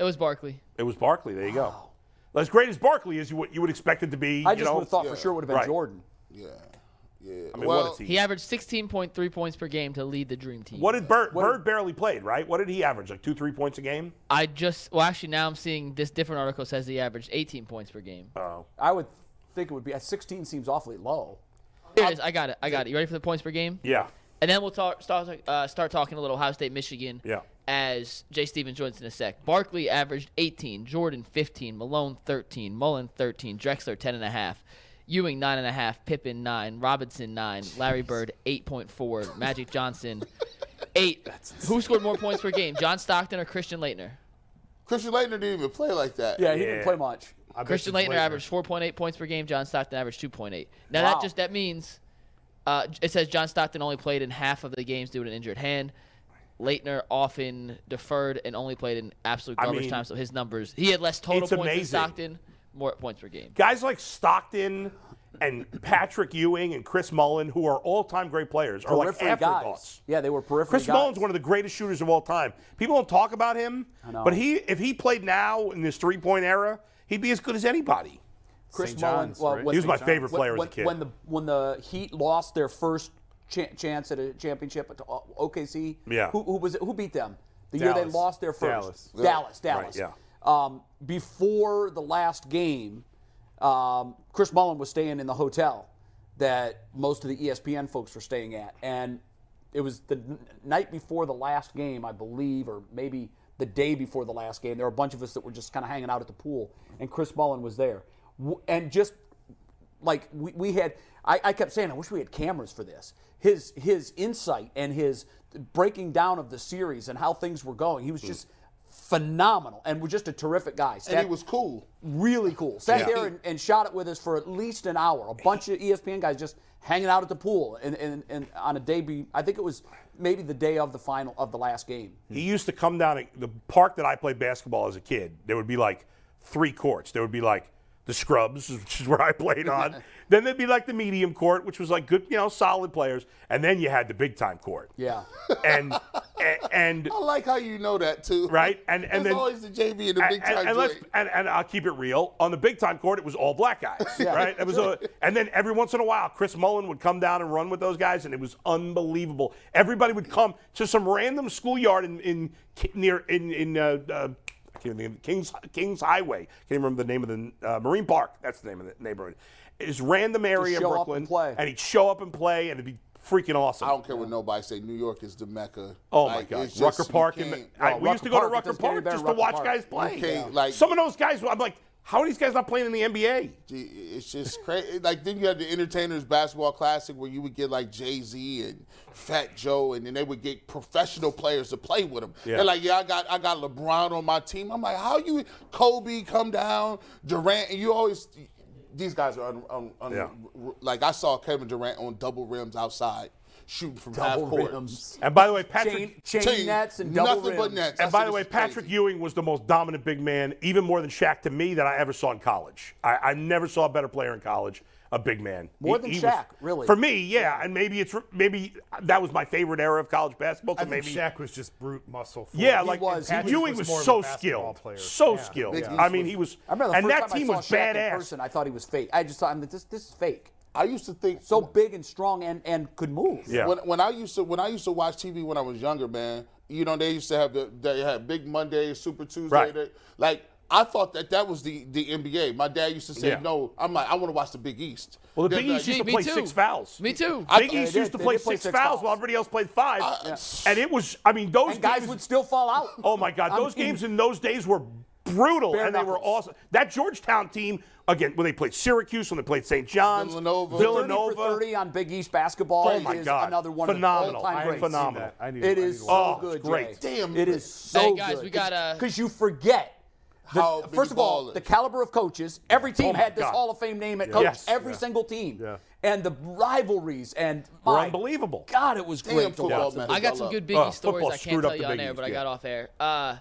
S3: It was Barkley.
S2: it was Barkley. There you go. As great as Barkley is, you would, you would expect it to be.
S1: I
S2: you
S1: just
S2: know,
S1: would have thought for
S4: Yeah.
S1: sure it would have been
S2: Right.
S1: Jordan.
S4: Yeah, yeah.
S2: I mean,
S4: well,
S2: what a team.
S3: He averaged 16.3 points per game to lead the dream team.
S2: What did Bird? Bird barely played, right? What did he average? Like two, three points a game.
S3: I just well actually now I'm seeing this different article says he averaged 18 points per game.
S1: I would think it would be at 16 seems awfully low.
S3: Here it is. I got it. I got it. You ready for the points per game?
S2: Yeah.
S3: And then we'll talk, start uh, start talking a little Ohio State Michigan.
S2: Yeah.
S3: As Jay Stevens joins in a sec. Barkley averaged 18, Jordan 15, Malone 13, Mullen 13, Drexler 10 and a half, Ewing 9 and a half, Pippen 9, Robinson 9, Larry Bird 8.4, Magic Johnson 8. Who scored more points per game, John Stockton or Christian Leitner?
S4: Christian Leitner didn't even play like that.
S1: Yeah, he
S2: Yeah.
S1: didn't play much.
S5: I bet
S3: Christian
S5: you
S3: Leitner
S5: Blazer-
S3: averaged 4.8 points per game. John Stockton averaged 2.8. Now
S1: Wow.
S3: that just that means uh, it says John Stockton only played in half of the games due to an injured hand. Leitner often deferred and only played in absolute
S2: I
S3: garbage
S2: mean,
S3: time. So his numbers, he had less total
S2: it's
S3: points than
S2: amazing.
S3: Stockton, more points per game.
S2: Guys like Stockton and Patrick Ewing and Chris Mullen, who are all-time great players, are like
S1: Periphery
S2: afterthoughts.
S1: guys. Yeah, they were periphery
S2: Chris
S1: guys.
S2: Mullen's one of the greatest shooters of all time. People don't talk about him,
S1: know.
S2: but he if he played now in this three-point era, he'd be as good as anybody.
S1: Chris
S5: St.
S1: Mullen.
S5: John's,
S1: well,
S5: right?
S1: when-
S2: He was my
S5: St.
S2: favorite
S1: when-
S2: player
S1: when,
S2: as a kid.
S1: when the when the Heat lost their first cha- chance at a championship at uh, O- OKC.
S2: Yeah.
S1: Who, who was it? Who beat them? The year they
S5: Dallas.
S1: lost their first. Dallas.
S5: Dallas.
S1: Dallas.
S2: yeah.
S1: Um, before the last game, um, Chris Mullen was staying in the hotel that most of the E ESPN folks were staying at, and it was the n- night before the last game, I believe, or maybe the day before the last game. There were a bunch of us that were just kind of hanging out at the pool, and Chris Mullen was there. W- And just like we, we had, I, I kept saying, I wish we had cameras for this. His his insight and his breaking down of the series and how things were going, he was just phenomenal and was just a terrific guy.
S4: Hmm. And
S1: Sat-
S4: he was cool.
S1: really cool. Sat
S4: Yeah.
S1: there and, and shot it with us for at least an hour. A bunch of E ESPN guys just hanging out at the pool and, and, and on a day be I think it was maybe the day of the final of the last game.
S2: He used to come down to the park that I played basketball as a kid. There would be like three courts. There would be like the scrubs, which is where I played on. then there'd be like the medium court, which was like good, you know, solid players. And then you had the big time court.
S1: Yeah.
S2: And a- and
S4: I like how you know that too.
S2: Right, and- and
S4: There's
S2: then-
S4: always the JV and the big
S2: and,
S4: time.
S2: and, let's,
S4: joint.
S2: and, and I'll keep it real. On the big time court, it was all black guys, right? It was a, and then every once in a while, Chris Mullen would come down and run with those guys, and it was unbelievable. Everybody would come to some random schoolyard in, in Ki- near in in uh, uh, I can't think of Kings Kings Highway. Can't remember the name of the uh, Marine Park. That's the name of the neighborhood. It's random area in
S1: show up
S2: Brooklyn,
S1: and play.
S2: he'd show up and play, and it'd be freaking awesome.
S4: I don't care what nobody say. New York is the mecca.
S2: Oh
S4: Like,
S2: my God,
S4: it's just-
S2: Rucker
S4: you
S2: Park. And
S4: can't-
S2: I,
S1: Oh,
S2: we
S1: Rucker
S2: used to go to
S1: Park, it
S2: Rucker
S1: doesn't get any
S2: Park
S1: better
S2: just
S1: than
S2: to watch
S1: Rucker Park.
S2: guys play.
S4: can't, like-
S2: Some of those guys, I'm like, how are these guys not playing in the NBA?
S4: Gee, It's just crazy. Like then you had the Entertainers Basketball Classic where you would get like Jay Z and Fat Joe, and then they would get professional players to play with them.
S2: Yeah.
S4: They're like, yeah, I got I got LeBron on my team. I'm like, how you Kobe come down, Durant, and you always. These guys are un, un, un-
S2: Yeah.
S4: like I saw Kevin Durant on double rims outside shooting from half court.
S1: rims.
S2: And by the way,
S1: Chain,
S2: Patrick.
S1: chain
S4: Team,
S1: nets and double
S4: nothing
S1: rims.
S4: but nets.
S2: And by the
S4: That's
S2: way,
S4: just crazy.
S2: Patrick Ewing was the most dominant big man, even more than Shaq to me, that I ever saw in college. I, I never saw a better player in college, a big man.
S1: More than
S2: was-
S1: Shaq, really.
S2: For me, yeah. And maybe it's maybe that was my favorite era of college basketball. So
S5: I think
S2: maybe
S5: Shaq was just brute muscle. Force.
S2: Yeah, like
S1: was. He
S2: and
S1: was-
S2: Ewing was,
S5: was more of a
S2: so
S5: basketball
S2: skilled,
S5: player.
S2: so
S5: Yeah.
S2: skilled.
S4: Big East
S2: I mean,
S4: was-
S2: he was.
S1: I remember the
S2: and
S1: first
S2: that
S1: time
S2: team
S1: I saw
S2: was
S1: Shaq in
S2: badass.
S1: person, I thought he was fake. I just thought I'm like, this this is fake.
S4: I used to think
S1: So big and strong and, and could move.
S2: Yeah.
S4: When, when I used to when I used to watch TV when I was younger, man, you know they used to have the they had Big Monday, Super Tuesday,
S2: Right.
S4: they- like I thought that that was the the NBA. My dad used to say,
S2: Yeah.
S4: no, I'm like I want to watch the Big East.
S2: Well, the
S4: They're
S2: Big East
S4: like,
S2: used to
S3: me
S2: play
S3: too.
S2: six fouls.
S3: Me too.
S2: Big
S1: Yeah,
S2: East
S1: they
S2: used to
S1: did. They
S2: play
S1: did play
S2: six,
S1: six
S2: fouls,
S1: fouls.
S2: while everybody else played five. And it was, I mean, those
S1: Uh, And guys
S2: games,
S1: would still fall out.
S2: Oh my God,
S1: I
S2: those
S1: mean,
S2: games in those days were brutal,
S1: Bare
S2: and they were
S1: knuckles.
S2: awesome. That Georgetown team, again, when they played Syracuse, when they played St. John's,
S4: Villanova.
S1: 30 for 30 on Big East basketball
S2: Oh, my
S1: is
S2: God.
S1: another one
S2: Phenomenal.
S1: of the all-time
S2: I
S1: greats.
S2: phenomenal.
S5: Seen that. I need,
S1: It
S5: I
S1: is so
S5: need to watch
S2: Oh,
S1: good,
S2: great.
S1: Jay.
S4: Damn.
S1: It is so
S3: Hey, guys,
S1: good.
S3: we gotta-
S1: because you forget. the-
S4: How big
S1: first of all,
S4: ballers.
S1: the caliber of coaches. Every team
S2: Oh my
S1: had this
S2: God.
S1: Hall of Fame name at coach.
S2: Yes.
S1: Every single team, and the rivalries and
S2: Were
S1: my
S2: unbelievable.
S1: God, it was
S4: Damn
S1: great. to
S4: football
S1: watch.
S4: matches.
S1: I
S3: I got some
S4: love.
S3: good Biggie
S2: Oh,
S3: stories
S2: football
S3: I can't
S2: screwed
S3: tell
S2: up
S3: you
S2: the
S3: on
S2: Big
S3: air,
S2: East,
S3: but I
S2: yeah.
S3: got off air. Uh,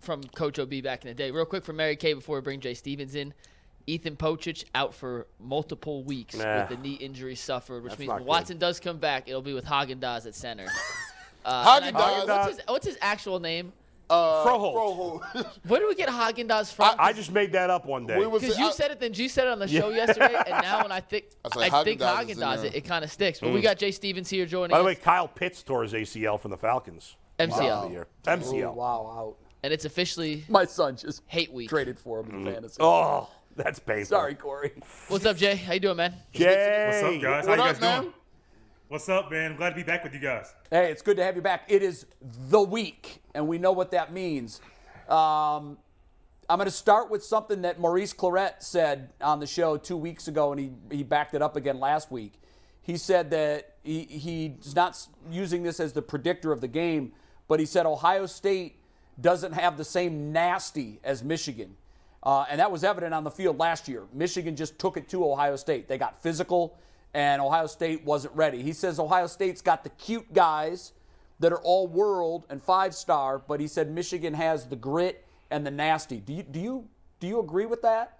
S3: from Coach OB back in the day. Real quick from Mary Kay before we bring Jay Stevens in. Ethan Pochich out for multiple weeks
S2: Nah.
S3: with the knee injury suffered, which means
S2: not
S3: when Watson does come back, it'll be with Hagen Dazs at center.
S4: Haagen-Dazs,
S3: And I-
S2: Haagen-Dazs.
S3: What's his, what's his actual name?
S4: uh,
S2: Froholt.
S4: Froholt.
S3: Where do we get Hagen Dazs from?
S2: I just made that up one day.
S4: We was-
S3: Because you
S4: I-
S3: said it, then G said it on the show yesterday, and now when I think
S4: was
S3: I,
S4: like,
S3: think
S4: Haagen-Dazs is
S3: Hagen
S4: in
S3: does
S4: there.
S3: it, it kind of sticks. But we got Jay Stevens here joining
S2: Mm. By the
S3: us.
S2: way, Kyle Pitts tore his ACL from the Falcons.
S3: MCL.
S2: The year.
S1: oh,
S2: MCL.
S1: wow, out.
S3: and it's officially
S1: My son just
S3: Hate week.
S1: traded for him in fantasy.
S2: Oh, that's painful.
S1: Sorry, Corey.
S3: what's up, Jay? How you doing, man?
S2: Jay.
S6: What's up, guys? How
S4: What
S6: you
S4: up,
S6: guys
S4: man?
S6: doing? What's up, man? Glad to be back with you guys.
S1: Hey, it's good to have you back. It is the week, and we know what that means. Um, I'm going to start with something that Maurice Claret said on the show two weeks ago, and he, he backed it up again last week. He said that he, he's not s- using this as the predictor of the game, but he said Ohio State doesn't have the same nasty as Michigan. Uh, and that was evident on the field last year. Michigan just took it to Ohio State. They got physical, and Ohio State wasn't ready. He says Ohio State's got the cute guys that are all world and five star, but he said Michigan has the grit and the nasty. Do you do you do you agree with that?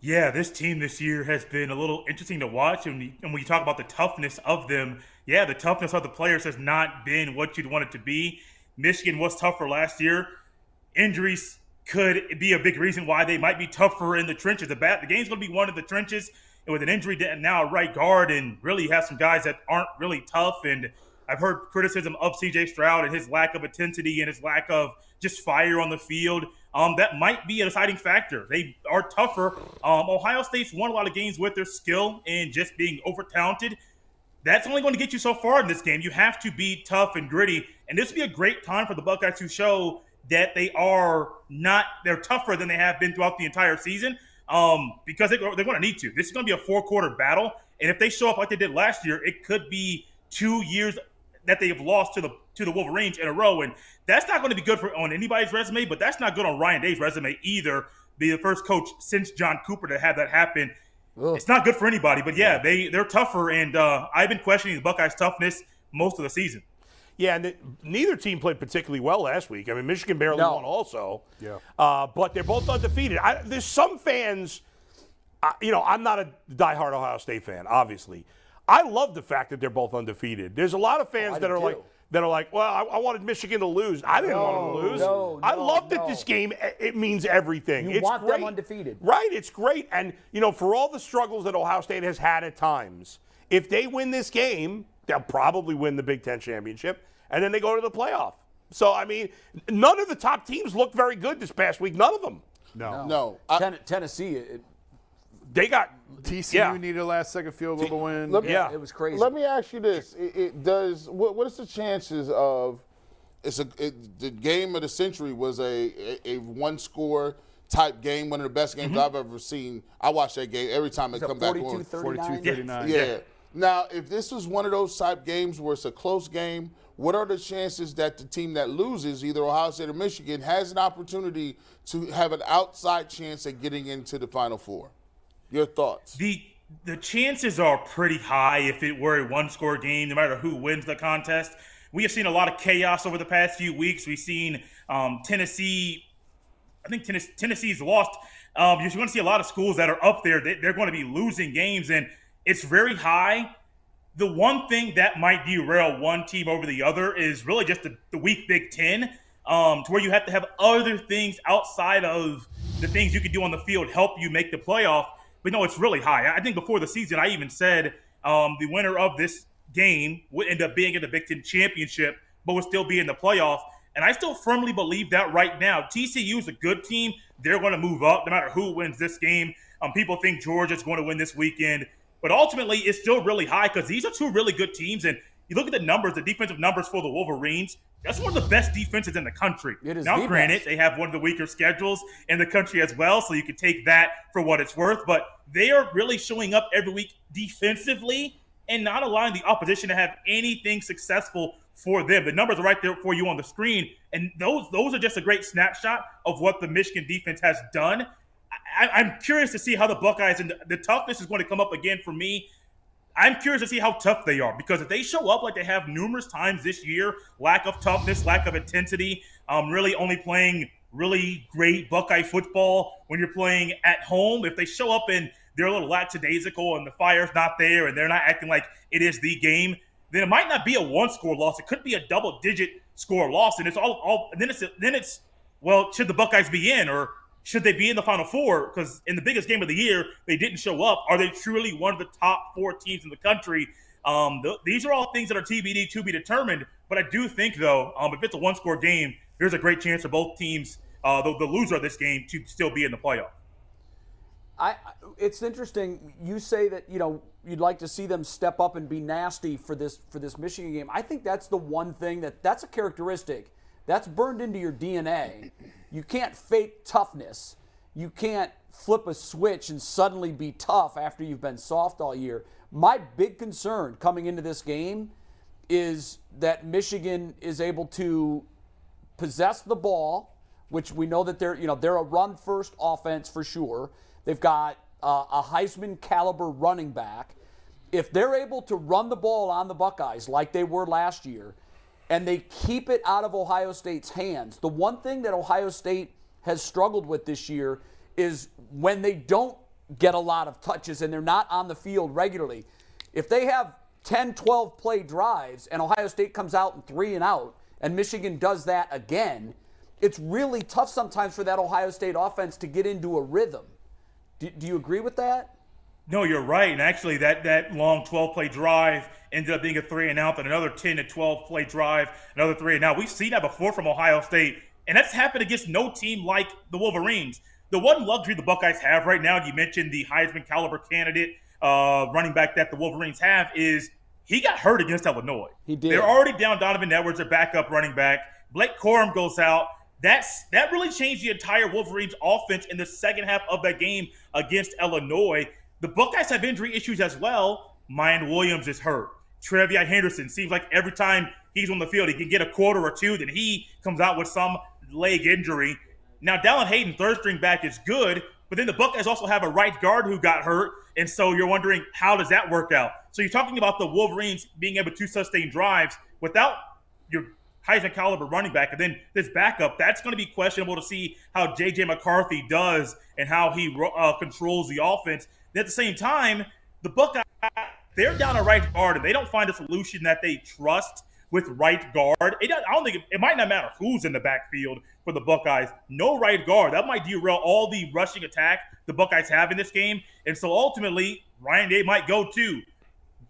S6: Yeah, this team this year has been a little interesting to watch. And, and when you talk about the toughness of them, yeah, the toughness of the players has not been what you'd want it to be. Michigan was tougher last year. Injuries could be a big reason why they might be tougher in the trenches. The, bat, the game's going to be one of the trenches. And with an injury to now a right guard and really have some guys that aren't really tough. And I've heard criticism of CJ Stroud and his lack of intensity and his lack of just fire on the field. Um, that might be a deciding factor. They are tougher. Um, Ohio State's won a lot of games with their skill and just being over talented that's only going to get you so far in this game. You have to be tough and gritty, and this would be a great time for the Buckeyes to show that they are not they're tougher than they have been throughout the entire season. Um, because they, they're going to need to. This is going to be a four quarter battle, and if they show up like they did last year, it could be two years that they have lost to the to the Wolverines in a row, and that's not going to be good for on anybody's resume. But that's not good on Ryan Day's resume either. Be the first coach since John Cooper to have that happen. Ugh. It's not good for anybody. But yeah, they they're tougher, and uh, I've been questioning the Buckeyes' toughness most of the season.
S2: Yeah, and it, neither team played particularly well last week. I mean, Michigan barely
S1: No.
S2: won also.
S5: Yeah.
S2: Uh, but they're both undefeated. I, there's some fans, I, you know, I'm not a diehard Ohio State fan, obviously. I love the fact that they're both undefeated. There's a lot of fans
S1: Oh, I
S2: that
S1: do
S2: are like
S1: too.
S2: that are like, well, I, I wanted Michigan to lose. I didn't want them to
S1: No,
S2: lose.
S1: no,
S2: I
S1: no,
S2: love that
S1: no.
S2: this game it- it means everything.
S1: You
S2: it's
S1: want them
S2: great.
S1: undefeated.
S2: Right, it's great. And, you know, for all the struggles that Ohio State has had at times, if they win this game, they'll probably win the Big Ten championship, and then they go to the playoff. So, I mean, none of the top teams looked very good this past week. None of them.
S5: No.
S4: No, I,
S1: Ten- Tennessee, it,
S2: They got,
S5: TCU
S2: Yeah.
S5: needed a last second field goal to win.
S4: Let me-
S2: yeah.
S1: it was crazy.
S4: Let me ask you this: it, it does. What, what is the chances of? It's a it, the game of the century was a a, a one score type game, one of the best games I've ever seen. I watch that game every time they come back on.
S1: 42 39.
S5: 42-39.
S4: Yeah. Now, if this is one of those type games where it's a close game, what are the chances that the team that loses, either Ohio State or Michigan, has an opportunity to have an outside chance at getting into the Final Four? Your thoughts?
S6: the the chances are pretty high if it were a one score game, no matter who wins the contest. We have seen a lot of chaos over the past few weeks. We've seen um, Tennessee. I think Tennessee, Tennessee's lost. Um, you're going to see a lot of schools that are up there. They, they're going to be losing games, and it's very high. The one thing that might derail one team over the other is really just the, the weak Big Ten, um, to where you have to have other things outside of the things you can do on the field help you make the playoff. But no, it's really high. I think before the season, I even said um, the winner of this game would end up being in the Big Ten championship, but would still be in the playoff. And I still firmly believe that right now. TCU is a good team. They're going to move up no matter who wins this game. Um, people think Georgia's going to win this weekend. But ultimately, it's still really high because these are two really good teams. And you look at the numbers, the defensive numbers for the Wolverines, that's one of the best defenses in the country.
S1: It is
S6: now,
S1: the
S6: granted,
S1: best.
S6: they have one of the weaker schedules in the country as well, so you can take that for what it's worth. But they are really showing up every week defensively and not allowing the opposition to have anything successful for them. The numbers are right there for you on the screen, and those those are just a great snapshot of what the Michigan defense has done. I, I'm curious to see how the Buckeyes and the, the toughness is going to come up again for me. I'm curious to see how tough they are because if they show up like they have numerous times this year, lack of toughness, lack of intensity, um, really only playing really great Buckeye football when you're playing at home. If they show up and they're a little lackadaisical and the fire's not there and they're not acting like it is the game, then it might not be a one-score loss. It could be a double-digit score loss, and it's all all. And then it's then it's well, should the Buckeyes be in or should they be in the Final Four? Because in the biggest game of the year, they didn't show up. Are they truly one of the top four teams in the country? Um, th- these are all things that are TBD to be determined. But I do think, though, um, if it's a one-score game, there's a great chance for both teams, uh, the, the loser of this game, to still be in the playoff.
S1: I, I- it's interesting. You say that you know you'd like to see them step up and be nasty for this for this Michigan game. I think that's the one thing that that's a characteristic that's burned into your DNA. You can't fake toughness. You can't flip a switch and suddenly be tough after you've been soft all year. My big concern coming into this game is that Michigan is able to possess the ball, which we know that they're you know they're a run first offense for sure. They've got uh, a Heisman caliber running back. If they're able to run the ball on the Buckeyes like they were last year, and they keep it out of Ohio State's hands, the one thing that Ohio State has struggled with this year is when they don't get a lot of touches and they're not on the field regularly. If they have 10, 12 play drives and Ohio State comes out and three and out and Michigan does that again, it's really tough sometimes for that Ohio State offense to get into a rhythm. Do, do you agree with that?
S6: No, you're right. And actually, that, that long 12 play drive ended up being a three and out, then another 10 to 12 play drive, another three and out. We've seen that before from Ohio State, and that's happened against no team like the Wolverines. The one luxury the Buckeyes have right now, you mentioned the Heisman caliber candidate uh, running back that the Wolverines have, is He got hurt against Illinois.
S1: He did.
S6: They're already down Donovan Edwards, a backup running back. Blake Corum goes out. That's that really changed the entire Wolverines offense in the second half of that game against Illinois. The Buckeyes have injury issues as well. Mayan Williams is hurt. Trevion Henderson seems like every time he's on the field, he can get a quarter or two, then he comes out with some leg injury. Now, Dallin Hayden, third string back, is good, but then the Buckeyes also have a right guard who got hurt, and so you're wondering how does that work out? So you're talking about the Wolverines being able to sustain drives without your Heisman caliber running back, and then this backup. That's going to be questionable to see how J.J. McCarthy does and how he uh, controls the offense. And at the same time, the Buckeyes they're down a right guard and they don't find a solution that they trust with right guard. It, I don't think it, it, might not matter who's in the backfield for the Buckeyes. No right guard that might derail all the rushing attack the Buckeyes have in this game, and so ultimately Ryan Day might go to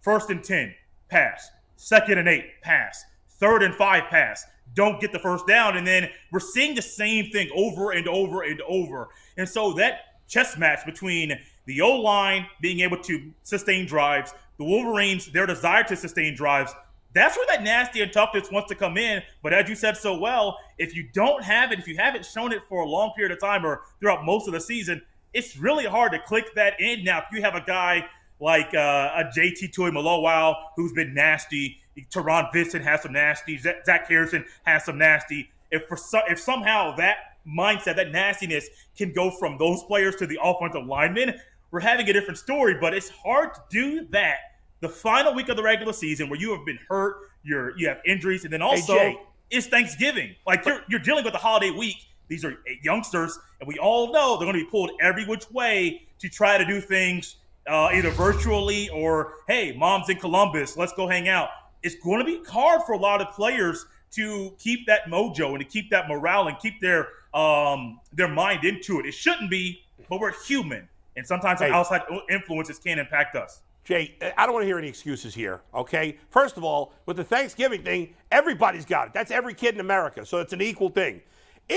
S6: first and ten pass, second and eight pass, third and five pass. Don't get the first down, and then we're seeing the same thing over and over and over. And so that chess match between the O line being able to sustain drives, the Wolverines, their desire to sustain drives. That's where that nasty and toughness wants to come in. But as you said so well, if you don't have it, if you haven't shown it for a long period of time or throughout most of the season, it's really hard to click that in. Now, if you have a guy like uh, a JT Toy Malowal who's been nasty, Teron Vincent has some nasty, Zach Harrison has some nasty. If for so, if somehow that mindset, that nastiness can go from those players to the offensive linemen, we're having a different story, but it's hard to do that the final week of the regular season where you have been hurt, you're you have injuries, and then also hey Jay, it's Thanksgiving. Like you're you're dealing with the holiday week. These are youngsters, and we all know they're going to be pulled every which way to try to do things uh, either virtually or hey, mom's in Columbus, let's go hang out. It's going to be hard for a lot of players to keep that mojo and to keep that morale and keep their um, their mind into it. It shouldn't be, but we're human and sometimes hey. outside influences can impact us.
S2: Jay, I don't want to hear any excuses here, okay? First of all, with the Thanksgiving thing, everybody's got it. That's every kid in America, so it's an equal thing.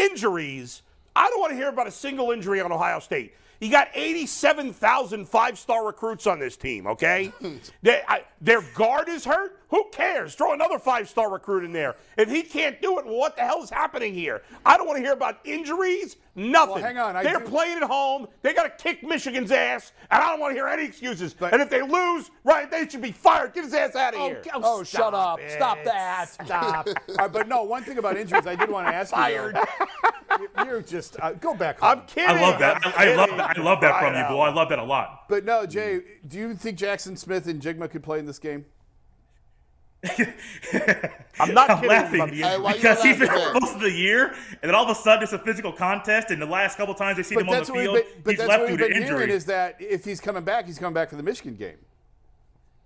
S2: Injuries, I don't want to hear about a single injury on Ohio State. You got 87,000 five star recruits on this team, okay? they, I, their guard is hurt. Who cares? Throw another five star recruit in there. If he can't do it, well, what the hell is happening here? I don't want to hear about injuries, nothing.
S5: Well, hang on. I
S2: They're
S5: do-
S2: playing at home. They got to kick Michigan's ass, and I don't want to hear any excuses. But- and if they lose, right, they should be fired. Get his ass out of
S1: Oh,
S2: here.
S1: oh, shut up.
S5: it.
S1: Stop that.
S5: Stop. All right, but no, one thing about injuries I did want to ask you. though. You- You're just uh, go back. Home.
S2: I'm kidding.
S6: I love that.
S2: I'm
S6: I, I love
S2: kidding.
S6: that. I love that from you,
S2: know.
S6: Bull. I love that a lot.
S5: But no, Jay, do you think Jackson Smith and Jigma could play in this game?
S2: I'm not
S6: I'm
S2: kidding
S6: laughing
S2: about the
S4: Hey, why you
S6: because he's been
S4: laughing
S6: hurt
S4: at?
S6: most of the year, and then all of a sudden it's a physical contest. And the last couple times they see him on the
S5: we've
S6: field,
S5: been, but
S6: he's
S5: that's
S6: left
S5: what
S6: due
S5: we've
S6: to
S5: been hearing
S6: injury.
S5: is that if he's coming back, he's coming back for the Michigan game.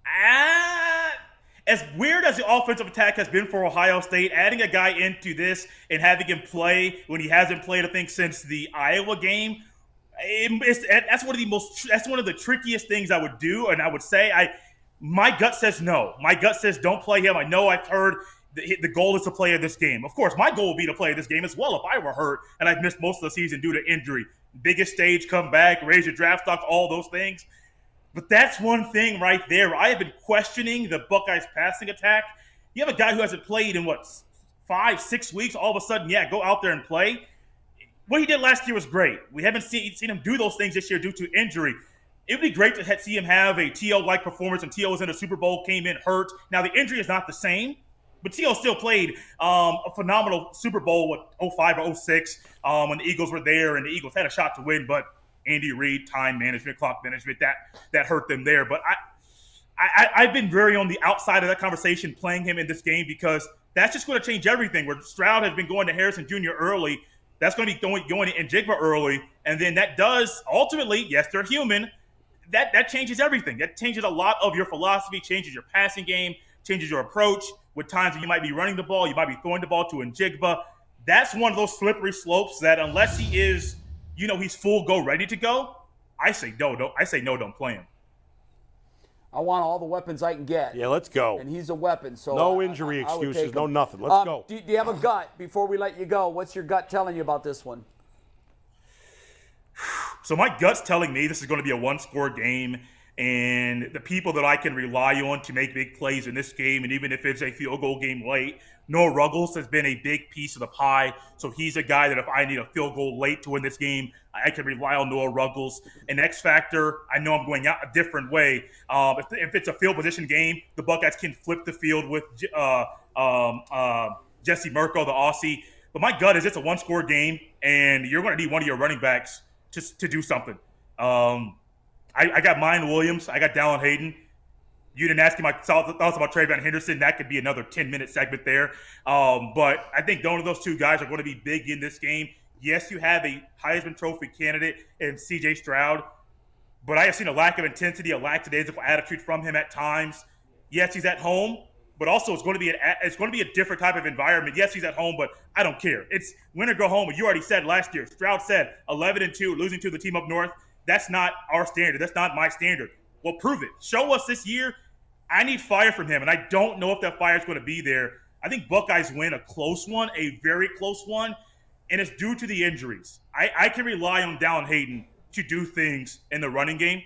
S6: Ah, as weird as the offensive attack has been for Ohio State, adding a guy into this and having him play when he hasn't played, I think, since the Iowa game, it- it's, that's one of the most. That's one of the trickiest things I would do, and I would say I. My gut says no. My gut says don't play him. I know I've heard the, the goal is to play this game. Of course, my goal would be to play this game as well if I were hurt and I've missed most of the season due to injury. Biggest stage, come back, raise your draft stock, all those things. But that's one thing right there. I have been questioning the Buckeyes passing attack. You have a guy who hasn't played in what s- five, six weeks. All of a sudden, yeah, go out there and play. What he did last year was great. We haven't seen seen him do those things this year due to injury. It would be great to ha- see him have a TO like performance. And TO was in the Super Bowl, came in hurt. Now the injury is not the same, but T.O. still played um, a phenomenal Super Bowl with 05 or 06 um, when the Eagles were there and the Eagles had a shot to win, but Andy Reid, time management, clock management, that that hurt them there. But I, I, I- I've been very on the outside of that conversation playing him in this game because that's just going to change everything. Where Stroud has been going to Harrison Jr. early, that's going to be going going to Njigba early, and then that does ultimately, yes, they're human. That that changes everything. That changes a lot of your philosophy, changes your passing game, changes your approach. With times when you might be running the ball, you might be throwing the ball to Njigba. That's one of those slippery slopes that unless he is, you know, he's full go ready to go. I say no, don't. I say no, don't play him.
S1: I want all the weapons I can get.
S2: Yeah, let's go.
S1: And he's a weapon. So
S2: No
S1: I-
S2: injury
S1: I- I would
S2: excuses,
S1: take
S2: no
S1: him.
S2: nothing. Let's
S1: Um,
S2: go.
S1: Do, do you have a gut before we let you go? What's your gut telling you about this one?
S6: So my gut's telling me this is going to be a one-score game. And the people that I can rely on to make big plays in this game, and even if it's a field goal game late, Noah Ruggles has been a big piece of the pie. So he's a guy that if I need a field goal late to win this game, I can rely on Noah Ruggles. And X Factor, I know I'm going out a different way. Um, if, if it's a field position game, the Buckeyes can flip the field with uh, um, uh, Jesse Murko, the Aussie. But my gut is it's a one score game, and you're going to need one of your running backs to, to do something. Um, I, I, got Mayan Williams, I got Dallin Hayden. You didn't ask me my thoughts about Trayvon Henderson. That could be another 10 minute segment there. Um, but I think one of those two guys are going to be big in this game. Yes, you have a Heisman Trophy candidate in CJ Stroud, but I have seen a lack of intensity, a lackadaisical attitude from him at times. Yes, he's at home, but also it's going to be an, it's going to be a different type of environment. Yes, he's at home, but I don't care. It's win or go home. You already said last year. Stroud said 11 and two, losing to the team up north. That's not our standard. That's not my standard. Well, prove it. Show us this year. I need fire from him, and I don't know if that fire is going to be there. I think Buckeyes win a close one, a very close one, and it's due to the injuries. I, I can rely on Dallin Hayden to do things in the running game.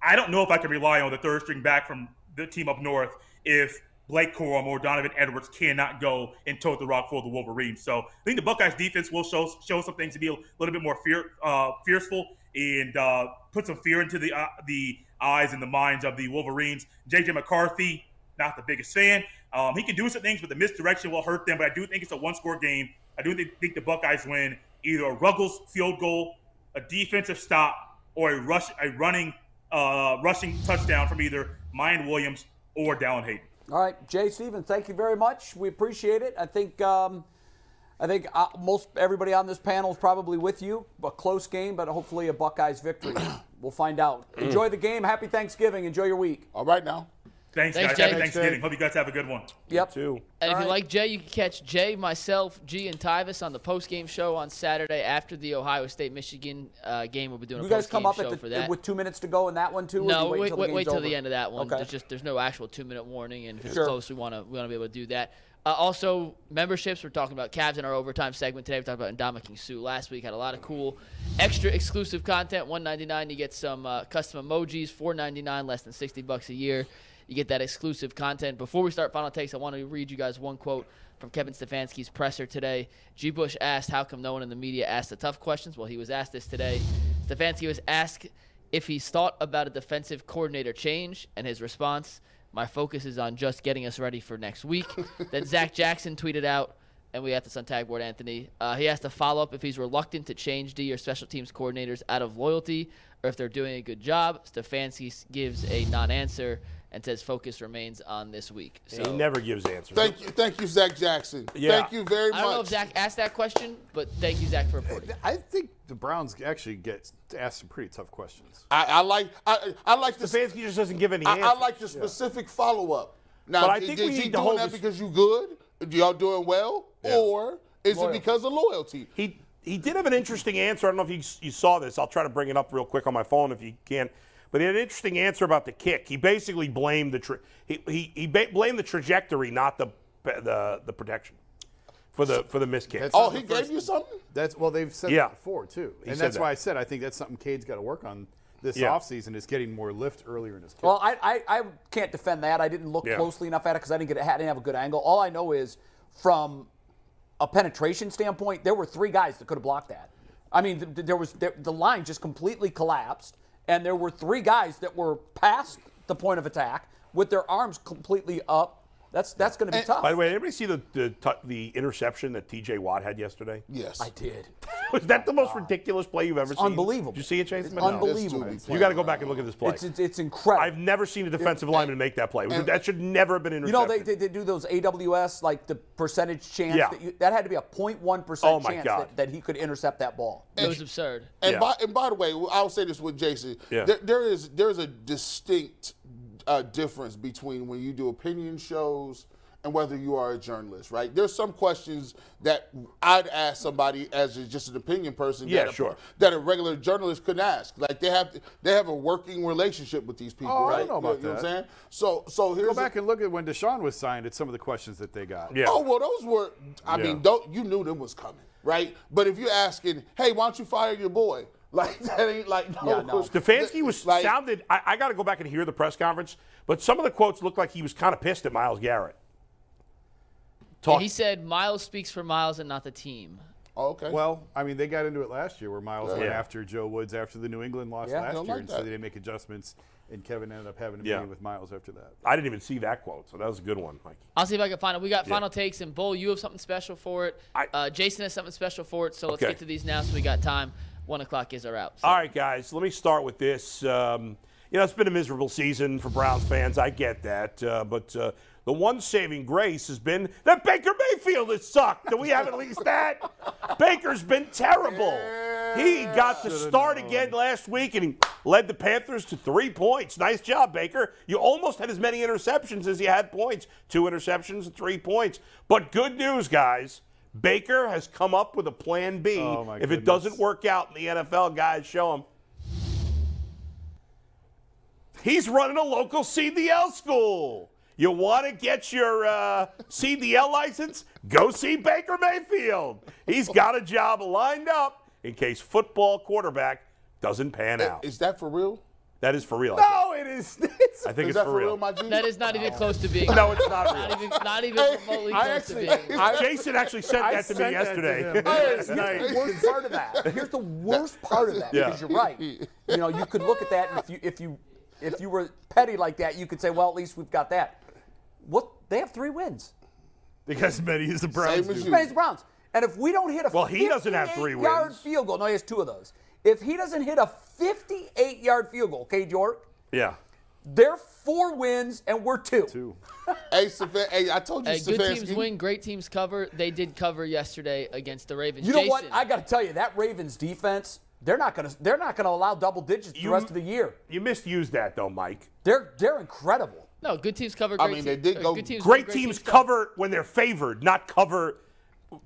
S6: I don't know if I can rely on the third string back from the team up north if Blake Corum or Donovan Edwards cannot go and tote the rock for the Wolverines. So I think the Buckeyes defense will show show some things to be a little bit more fear, uh, fearful and uh, put some fear into the uh, the eyes and the minds of the Wolverines. JJ McCarthy, not the biggest fan. Um, he can do some things, but the misdirection will hurt them. But I do think it's a one score game. I do think the Buckeyes win either a Ruggles field goal, a defensive stop, or a rush a running uh, rushing touchdown from either Mayan Williams or Dallin Hayden.
S1: All right, Jay Stevens, thank you very much. We appreciate it. I think um, I think uh, most everybody on this panel is probably with you. A close game, but hopefully a Buckeyes victory. we'll find out. Enjoy the game. Happy Thanksgiving. Enjoy your week.
S4: All right now.
S6: Thanks,
S3: Thanks,
S6: guys.
S3: Jay.
S6: Happy
S3: Thanks,
S6: Thanksgiving. Hope you guys have a good one.
S1: Yep.
S2: Two.
S3: And if
S1: All right.
S3: you like Jay, you can catch Jay, myself, G, and Tyvis on the post-game show on Saturday after the Ohio State Michigan uh, game. We'll be doing
S1: You
S3: a
S1: guys
S3: post-game
S1: come up
S3: show
S1: at
S3: for
S1: the,
S3: that.
S1: with two minutes to go in that one too. or
S3: no,
S1: do you
S3: wait, wait,
S1: game's
S3: wait till
S1: over?
S3: the end of that one.
S1: Okay.
S3: There's just there's no actual two-minute warning, and if it's
S1: Sure.
S3: close, we want to we want to be able to do that. Uh, also, memberships. We're talking about Cavs in our overtime segment today. We talked about Ndama King Sue last week. Had a lot of cool, extra exclusive content. 199, you get some uh, custom emojis. 499, less than 60 bucks a year. You get that exclusive content. Before we start final takes, I want to read you guys one quote from Kevin Stefanski's presser today. G. Bush asked, "How come no one in the media asked the tough questions?" Well, he was asked this today. Stefanski was asked if he's thought about a defensive coordinator change, and his response, my focus is on just getting us ready for next week. then Zach Jackson tweeted out, and we have this on Tagboard Anthony. Uh, he has to follow up if he's reluctant to change D or special teams coordinators out of loyalty or if they're doing a good job. Stefanski s- gives a non answer and says focus remains on this week. So
S2: He never gives answers.
S4: Thank you, thank you, Zach Jackson.
S2: Yeah.
S4: Thank you very
S3: I
S4: much.
S3: don't know if Zach asked that question, but thank you, Zach, for reporting.
S5: I think the Browns actually get asked some pretty tough questions.
S4: I, I like I, I like the
S2: Stefanski just doesn't give any
S4: I, I
S2: answers.
S4: like the specific follow up. Now,
S2: But I
S4: i-
S2: think we
S4: is
S2: need
S4: he
S2: to
S4: doing
S2: hold
S4: that
S2: this-
S4: because you good? Y'all doing well, or is
S1: Loyalty.
S4: it because of loyalty?
S2: He he did have an interesting answer. I don't know if you, you saw this. I'll try to bring it up real quick on my phone if you can. But he had an interesting answer about the kick. He basically blamed the tra- he he, he ba- blamed the trajectory, not the the the protection for the for the missed kick.
S5: That's
S4: Oh,
S5: not
S4: he
S5: the first-
S4: gave you something?
S5: That's well, they've said
S2: Yeah.
S5: that before too, and
S2: said
S5: that's why
S2: that.
S5: I said I think that's something Cade's got to work on this
S2: Yeah.
S5: offseason is getting more lift earlier in his kick.
S1: Well, I, I, I can't defend that. I didn't look
S2: Yeah.
S1: closely enough at it because I didn't get I didn't have a good angle. All I know is from a penetration standpoint, there were three guys that could have blocked that. I mean, th- th- there was there, the line just completely collapsed, and there were three guys that were past the point of attack with their arms completely up. That's that's going to be tough.
S2: By the way, did anybody see the the, tu the interception that T.J. Watt had yesterday?
S4: Yes.
S1: I did.
S2: Was that the most ridiculous play you've ever seen?
S1: unbelievable.
S2: Did you see it, Chase? No.
S1: unbelievable.
S4: This dude be
S2: You
S4: playing
S2: got to go
S4: around.
S2: back and look at this play.
S1: It's, it's it's incredible.
S2: I've never seen a defensive lineman make that play. that should never have been
S1: You
S2: intercepted.
S1: know, they, they, they do those AWS, like the percentage chance.
S2: Yeah.
S1: That, you, that had to be a 0.1%
S2: Oh, my
S1: chance
S2: God.
S1: that, that he could intercept that ball.
S3: It was absurd.
S4: And
S2: Yeah.
S4: by and by the way, I'll say this with Jason.
S2: Yeah.
S4: There, there is there is a distinct uh, difference between when you do opinion shows and whether you are a journalist, right? There's some questions that I'd ask somebody as a, just an opinion person.
S2: Yeah,
S4: that a,
S2: sure.
S4: That a regular journalist couldn't ask. Like they have they have a working relationship with these people,
S5: Oh, I
S4: right?
S5: don't know about
S4: you, know what I'm
S5: that.
S4: saying? So so here's
S5: Go
S4: a-
S5: back and look at when Deshaun was signed at some of the questions that they got.
S2: yeah.
S4: Oh well, those were. I
S2: Yeah.
S4: mean, don't you knew them was coming, right? But if you're asking, hey, why don't you fire your boy? Like that ain't like no.
S1: Yeah, no.
S2: Stefanski was
S4: Like-
S2: sounded. I, I got to go back and hear the press conference, but some of the quotes looked like he was kind of pissed at Miles Garrett. Talk.
S3: He said Miles speaks for Miles and not the team.
S4: Oh, okay.
S5: Well, I mean, they got into it last year where Miles went
S2: Yeah.
S5: after Joe Woods after the New England loss
S1: Yeah,
S5: last year,
S4: don't like
S5: and so
S4: that.
S5: they didn't make adjustments, and Kevin ended up having a
S2: Yeah.
S5: meeting with Miles after that.
S2: I didn't even see that quote, so that was a good one, Mike.
S3: I'll see if I can find it. We got final takes, and Bull, you have something special for it.
S2: I-
S3: uh, Jason has something special for it. So let's
S2: Okay.
S3: get to these now, so we got time. One o'clock is our out. So-
S2: All right, guys, let me start with this. Um, you know, it's been a miserable season for Browns fans. I get that. Uh, but uh, the one saving grace has been that Baker Mayfield has sucked. Do we have at least that? Baker's been terrible. He got to start again last week and he led the Panthers to three points. Nice job, Baker. You almost had as many interceptions as you had points. Two interceptions and three points. But good news, guys. Baker has come up with a plan B.
S5: Oh, my
S2: if it
S5: goodness.
S2: doesn't work out in the NFL, guys, show him. He's running a local CDL school. You want to get your uh, CDL license? Go see Baker Mayfield. He's got a job lined up in case football quarterback doesn't pan out.
S4: is that for real?
S2: That is for real.
S5: No, it is. It's,
S2: I think
S4: Is
S2: it's
S4: that
S2: for real.
S4: my G?
S3: That is not even close to being.
S2: No, it's not
S3: Not
S2: real.
S3: even, not even remotely close to being.
S2: Jason actually sent that to me
S5: sent that to
S2: yesterday.
S5: him.
S1: Here's the worst part of that. Here's the worst part of that.
S2: Yeah.
S1: Because you're right. You know, you could look at that, and if you if you if you were petty like that, you could say, well, at least we've got that. What they have three wins.
S5: because Many is the Browns.
S4: Same as
S5: do.
S4: you.
S1: Raise Browns. And if we don't hit a
S2: Well, he doesn't have three
S1: 58-yard
S2: wins.
S1: field goal, no, he has two of those. If he doesn't hit a 58-yard field goal, okay, York,
S2: Yeah.
S1: they're four wins and we're two.
S5: Two.
S4: Hey, Stefa- hey, I told you,
S3: Hey, good teams
S4: Stefanski.
S3: win, great teams cover. They did cover yesterday against the Ravens.
S1: You know
S3: Jason,
S1: what? I got to tell you, that Ravens defense, they're not going to they're not going to allow double digits the
S2: You-
S1: rest of the year.
S2: You misused that, though, Mike.
S1: They're they're incredible.
S3: no, good teams cover. Great
S4: mean, they
S3: teams-
S4: did
S3: or
S4: go-
S3: Good teams win,
S2: Great teams
S3: cover.
S2: cover when they're favored, not cover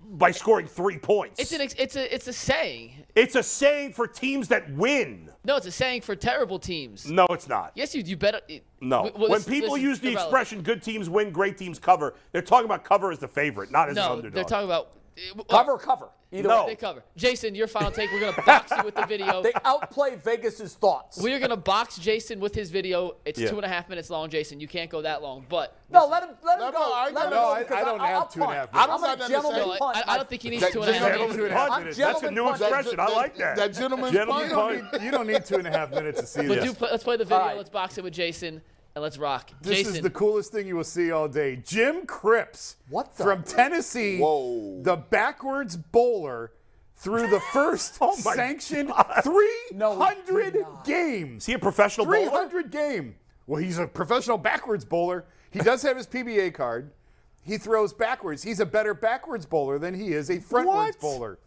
S2: by scoring three points.
S3: It's an ex- it's a it's a saying.
S2: It's a saying for teams that win.
S3: No, it's a saying for terrible teams.
S2: No, it's not.
S3: Yes, you you better. it-
S2: No.
S3: w- well,
S2: when
S3: this-
S2: people
S3: this is
S2: use the
S3: irrelevant.
S2: expression "good teams win, great teams cover," they're talking about cover as the favorite, not as an
S3: no,
S2: underdog.
S3: they're talking about uh,
S1: Cover cover. Either
S2: No.
S1: way.
S3: They cover. Jason, your final take. We're gonna box you with the video.
S1: They outplay Vegas's thoughts.
S3: we are gonna box Jason with his video. It's
S2: Yeah.
S3: two and a half minutes long, Jason. You can't go that long, but
S1: no, let him let him
S4: No,
S1: go.
S4: no, I-
S1: let him
S4: no,
S1: go
S5: I-
S1: because
S5: I don't
S1: I'll
S5: have two and a
S1: punt.
S5: half minutes.
S1: I'm a
S4: I'm
S1: gentleman
S4: not
S3: no, I, I don't think he needs
S4: That-
S3: two and a half
S4: Jason-
S3: minutes.
S2: Gentleman's
S5: I'm
S2: punt. it is. That's a
S1: gentleman
S2: new
S1: punch.
S2: expression. I like that.
S4: That gentleman's
S2: Gentleman
S4: punch.
S2: punch.
S5: You don't need- you don't need two and a half minutes to see
S3: But do
S5: this.
S3: play, let's play the video.
S1: All right.
S3: Let's box it with Jason and let's rock.
S5: This
S3: Jason,
S5: is the coolest thing you will see all day. Jim Cripps
S1: What the-
S5: from Tennessee,
S4: Whoa.
S5: the backwards bowler, through the first
S2: Oh my
S5: sanctioned
S2: God.
S5: 300 games.
S2: Is he a professional bowler?
S5: 300 game. Well, he's a professional backwards bowler. He does have his PBA card. He throws backwards. He's a better backwards bowler than he is a frontwards
S2: What?
S5: bowler.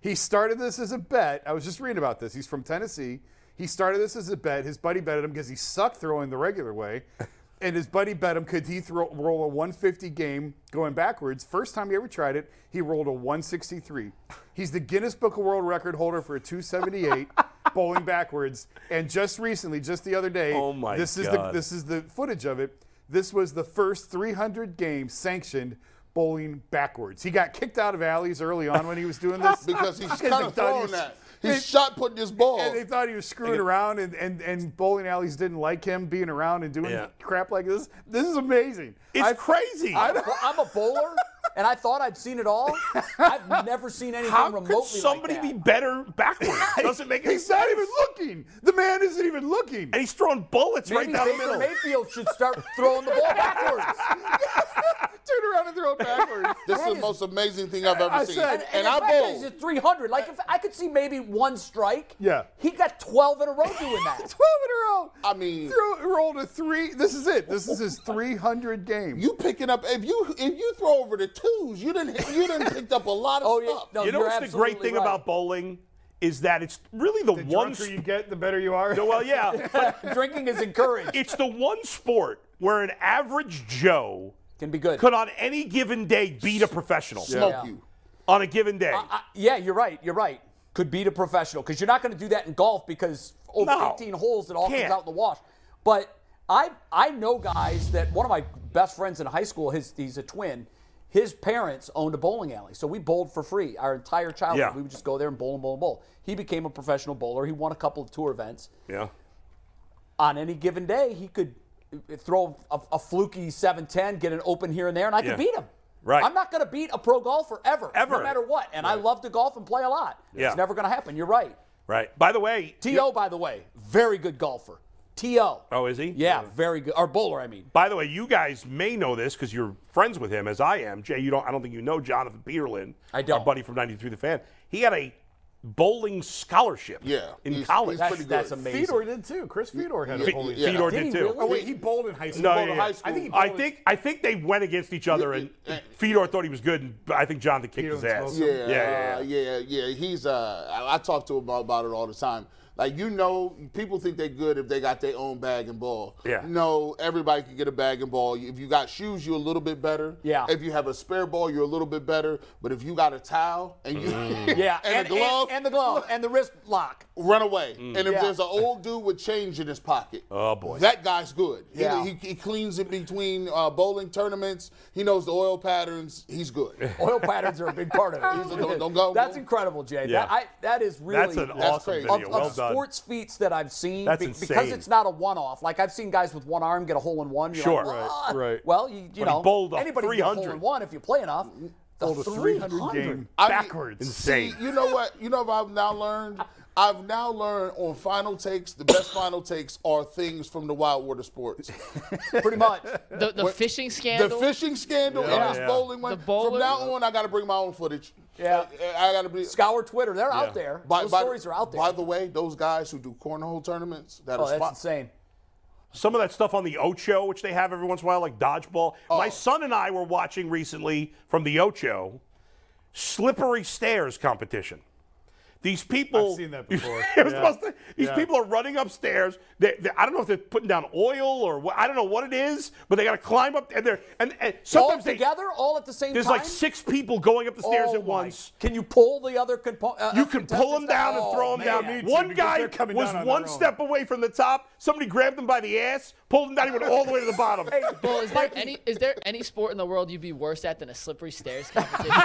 S5: He started this as a bet. I was just reading about this. He's from Tennessee. He started this as a bet. His buddy betted him because he sucked throwing the regular way. And his buddy bet him could he throw, roll a 150 game going backwards. First time he ever tried it, he rolled a 163. He's the Guinness Book of World Record holder for a 278 bowling backwards. And just recently, just the other day,
S2: Oh my
S5: this is the
S2: God.
S5: this is the footage of it. This was the first 300 game sanctioned bowling backwards. He got kicked out of alleys early on when he was doing this
S4: Because he's
S5: they
S4: kind of
S5: thought he
S4: throwing
S5: was-
S4: that.
S5: they-
S4: He's shot putting this ball.
S5: and they thought he was screwing around, and, and, and bowling alleys didn't like him being around and doing
S2: Yeah.
S5: crap like this. This is amazing.
S2: It's
S5: I-
S2: crazy.
S1: Well, I'm a bowler, and I thought I'd seen it all. I've never seen anything
S2: How
S1: remotely
S2: could somebody
S1: like
S2: be
S1: that.
S2: better backwards? Doesn't make any
S5: He's
S2: sense.
S5: not even looking. The man isn't even looking.
S2: And he's throwing bullets
S1: Maybe
S2: right down the
S1: Baker
S2: middle.
S1: Mayfield should start throwing the ball backwards.
S5: Turn around and throw it backwards.
S4: this is the most amazing thing I've ever
S5: I
S4: seen.
S5: said-
S4: and, and I
S1: the fact that he's
S4: bowl.
S1: at 300. Like if I could see maybe one strike.
S5: Yeah.
S1: He got 12 in a row doing that.
S5: 12 in a row.
S4: I mean-
S5: throw, rolled a three. This is it. This is his 300 game.
S4: You picking up if you if you throw over the twos, you didn't you didn't picked up a lot of
S1: Oh, yeah.
S4: stuff.
S1: No,
S2: You know
S1: you're
S2: what's the great
S1: absolutely
S2: thing
S1: right.
S2: about bowling is that it's really the,
S5: the
S2: one.
S5: drunker
S2: sp-
S5: you get, the better you are.
S2: well, yeah, but
S1: Drinking is encouraged.
S2: it's the one sport where an average Joe
S1: Can be good.
S2: could on any given day beat a professional.
S4: Smoke
S1: Yeah.
S4: you.
S2: On a given day.
S1: I- Uh, yeah, you're right. You're right. Could beat a professional because you're not going to do that in golf because over
S2: No.
S1: 18 holes it all
S2: Can't.
S1: comes out in the wash. But I I know guys that one of my best friends in high school his he's a twin. His parents owned a bowling alley, so we bowled for free our entire childhood.
S2: Yeah.
S1: We would just go there and bowl and bowl and bowl. He became a professional bowler. He won a couple of tour events.
S2: Yeah.
S1: On any given day, he could uh, throw a, a fluky 710, get an open here and there, and I could
S2: Yeah.
S1: beat him.
S2: Right.
S1: I'm not going to beat a pro golfer ever,
S2: Ever.
S1: no matter what. And I love to golf and play a lot.
S2: Yeah.
S1: It's never going to happen. You're right.
S2: Right. By the way,
S1: To, by the way, very good golfer. To.
S2: Oh, is he?
S1: Yeah, very good. Or bowler, I mean.
S2: By the way, you guys may know this because you're friends with him, as I am. Jay, you don't. I don't think you know Jonathan Peterlin.
S1: I don't.
S2: Our buddy from '93 The Fan. He had a bowling scholarship.
S4: Yeah,
S2: In
S4: he's-
S2: college.
S4: he's
S1: That's,
S4: pretty
S1: that's
S4: good.
S1: amazing.
S5: Fedor did too. Chris Fedor had a
S2: Fe-
S5: bowling.
S4: yeah.
S2: Fedor
S1: Did he
S2: did too.
S1: really?
S5: Oh wait, he bowled in high school.
S2: No,
S5: He bowled
S2: yeah,
S5: in
S2: yeah.
S5: high school.
S2: I
S5: I think he
S2: think
S5: bowled
S2: I
S5: in-
S2: think they went against each other, and
S4: Yeah.
S2: Fedor thought he was good, and I think Jonathan kicked
S5: Fedor
S2: his
S5: was
S2: ass.
S5: awesome.
S2: yeah, yeah,
S4: yeah, yeah, yeah. He's uh, I, I talk to him about, about it all the time. Like you know, people think they're good if they got their own bag and ball.
S2: Yeah.
S4: No, everybody can get a bag and ball. If you got shoes, you're a little bit better.
S1: Yeah.
S4: If you have a spare ball, you're a little bit better. But if you got a towel and you
S1: Mm. Yeah,
S4: and, a glove
S1: and, the glove, and the wrist lock.
S4: run away. And if
S1: Yeah.
S4: there's an old dude with change in his pocket,
S2: Mm. Oh, boy.
S4: that guy's good. He-
S1: Yeah.
S4: He, he cleans it between uh, bowling tournaments. He knows the oil patterns. He's good.
S1: Oil patterns are a big part of it.
S4: Don't- don't go.
S1: That's incredible, Jay.
S2: Yeah.
S1: That, I, that is really
S2: That's an awesome
S4: crazy.
S2: video.
S1: of,
S2: well
S1: of
S2: done.
S1: sports feats that I've seen.
S2: That's
S1: Because
S2: insane.
S1: it's not a one-off. Like I've seen guys with one arm get a hole in one. You're
S2: Sure.
S1: Like,
S2: Right,
S1: "What?"
S5: right.
S1: Well, you, you
S2: he
S1: know,
S2: bowled a
S1: anybody can get a hole
S2: 300.
S1: in one if you play enough. The
S5: Bowled a 300 game
S4: I mean,
S5: backwards.
S2: Insane.
S4: See, you know what? You know what I've now learned? I've now learned on final takes, the best final takes are things from the wild water sports.
S1: pretty much.
S3: The, the fishing
S4: The
S3: scandal.
S4: fishing scandal
S2: Yeah.
S4: and this
S2: Yeah.
S4: bowling one.
S3: The bowler.
S4: From now on, I got to bring my own footage.
S1: Yeah.
S4: I, I got to be.
S1: Scour Twitter. They're out there. Those stories are out there.
S4: By the way, those guys who do cornhole tournaments, that
S1: oh,
S4: are
S1: that's
S4: spot-
S1: insane.
S2: some of that stuff on the Ocho, which they have every once in a while, like dodgeball.
S1: Oh.
S2: My son and I were watching recently from the Ocho, slippery stairs competition. These people.
S5: I've seen that before.
S2: It was
S5: Yeah.
S2: supposed to- these
S5: Yeah.
S2: people are running upstairs. They, they- I don't know if they're putting down oil or what, I don't know what it is, but they got to climb up and they're and, and
S1: All
S2: sometimes they,
S1: together, all at the same
S2: there's
S1: time.
S2: like six people going up the stairs
S1: Oh
S2: at
S1: my-
S2: once.
S1: Can you pull the other uh, component?
S2: You can pull them down and throw
S1: Oh,
S2: them down.
S5: man. Need to,
S2: Oh, One
S5: because
S2: guy
S5: they're coming
S2: was
S5: down on
S2: one
S5: their own.
S2: step away from the top. Somebody grabbed him by the ass, pulled him down. He went all the way to the bottom.
S3: Well, is there any is there any sport in the world you'd be worse at than a slippery stairs competition?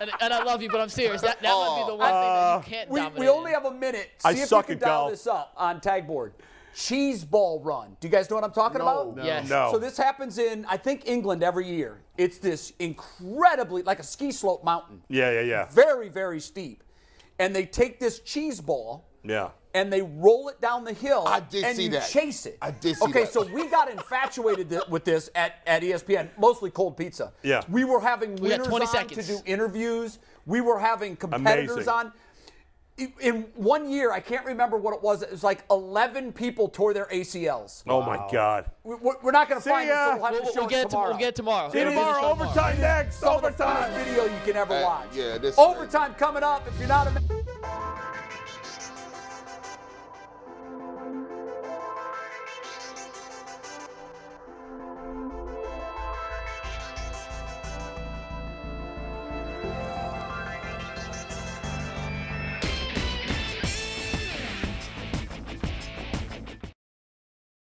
S3: and, and I love you, but I'm serious. That, that might be the one thing that you can't
S1: We,
S3: dominate.
S1: we only
S3: in.
S1: have a minute. See
S2: I
S1: if
S2: suck
S1: you can
S2: at
S1: dial
S2: golf.
S1: this up on tagboard. Cheese ball run. Do you guys know what I'm talking about?
S3: Yes.
S2: No.
S1: So this happens in I think England every year. It's this incredibly like a ski slope mountain,
S2: Yeah, yeah, yeah.
S1: very very steep, and they take this cheese ball
S2: Yeah.
S1: and they roll it down the hill.
S4: I did
S1: and
S4: see
S1: you
S4: that.
S1: Chase it.
S4: I did see
S1: okay,
S4: that.
S1: so we got infatuated th- with this at, at E ESPN, mostly cold pizza.
S2: Yeah.
S1: We were having
S3: got
S1: winners
S3: 20
S1: on
S3: seconds.
S1: to do interviews. We were having competitors
S2: Amazing.
S1: on. In- In one year, I can't remember what it was. It was like 11 people tore their ACLs.
S2: Oh my God.
S1: We- We're we're not going to
S2: See
S1: find it, so
S2: ya.
S1: we'll have
S3: We'll,
S1: to show
S3: we'll
S1: it
S3: get it
S1: tomorrow.
S3: tomorrow. We'll get it tomorrow.
S2: See you
S3: We'll get it
S2: tomorrow. Overtime next.
S1: Some of the funnest
S2: Overtime.
S1: video you can ever
S4: Uh,
S1: watch.
S4: yeah, this is-
S1: overtime coming up. If you're not a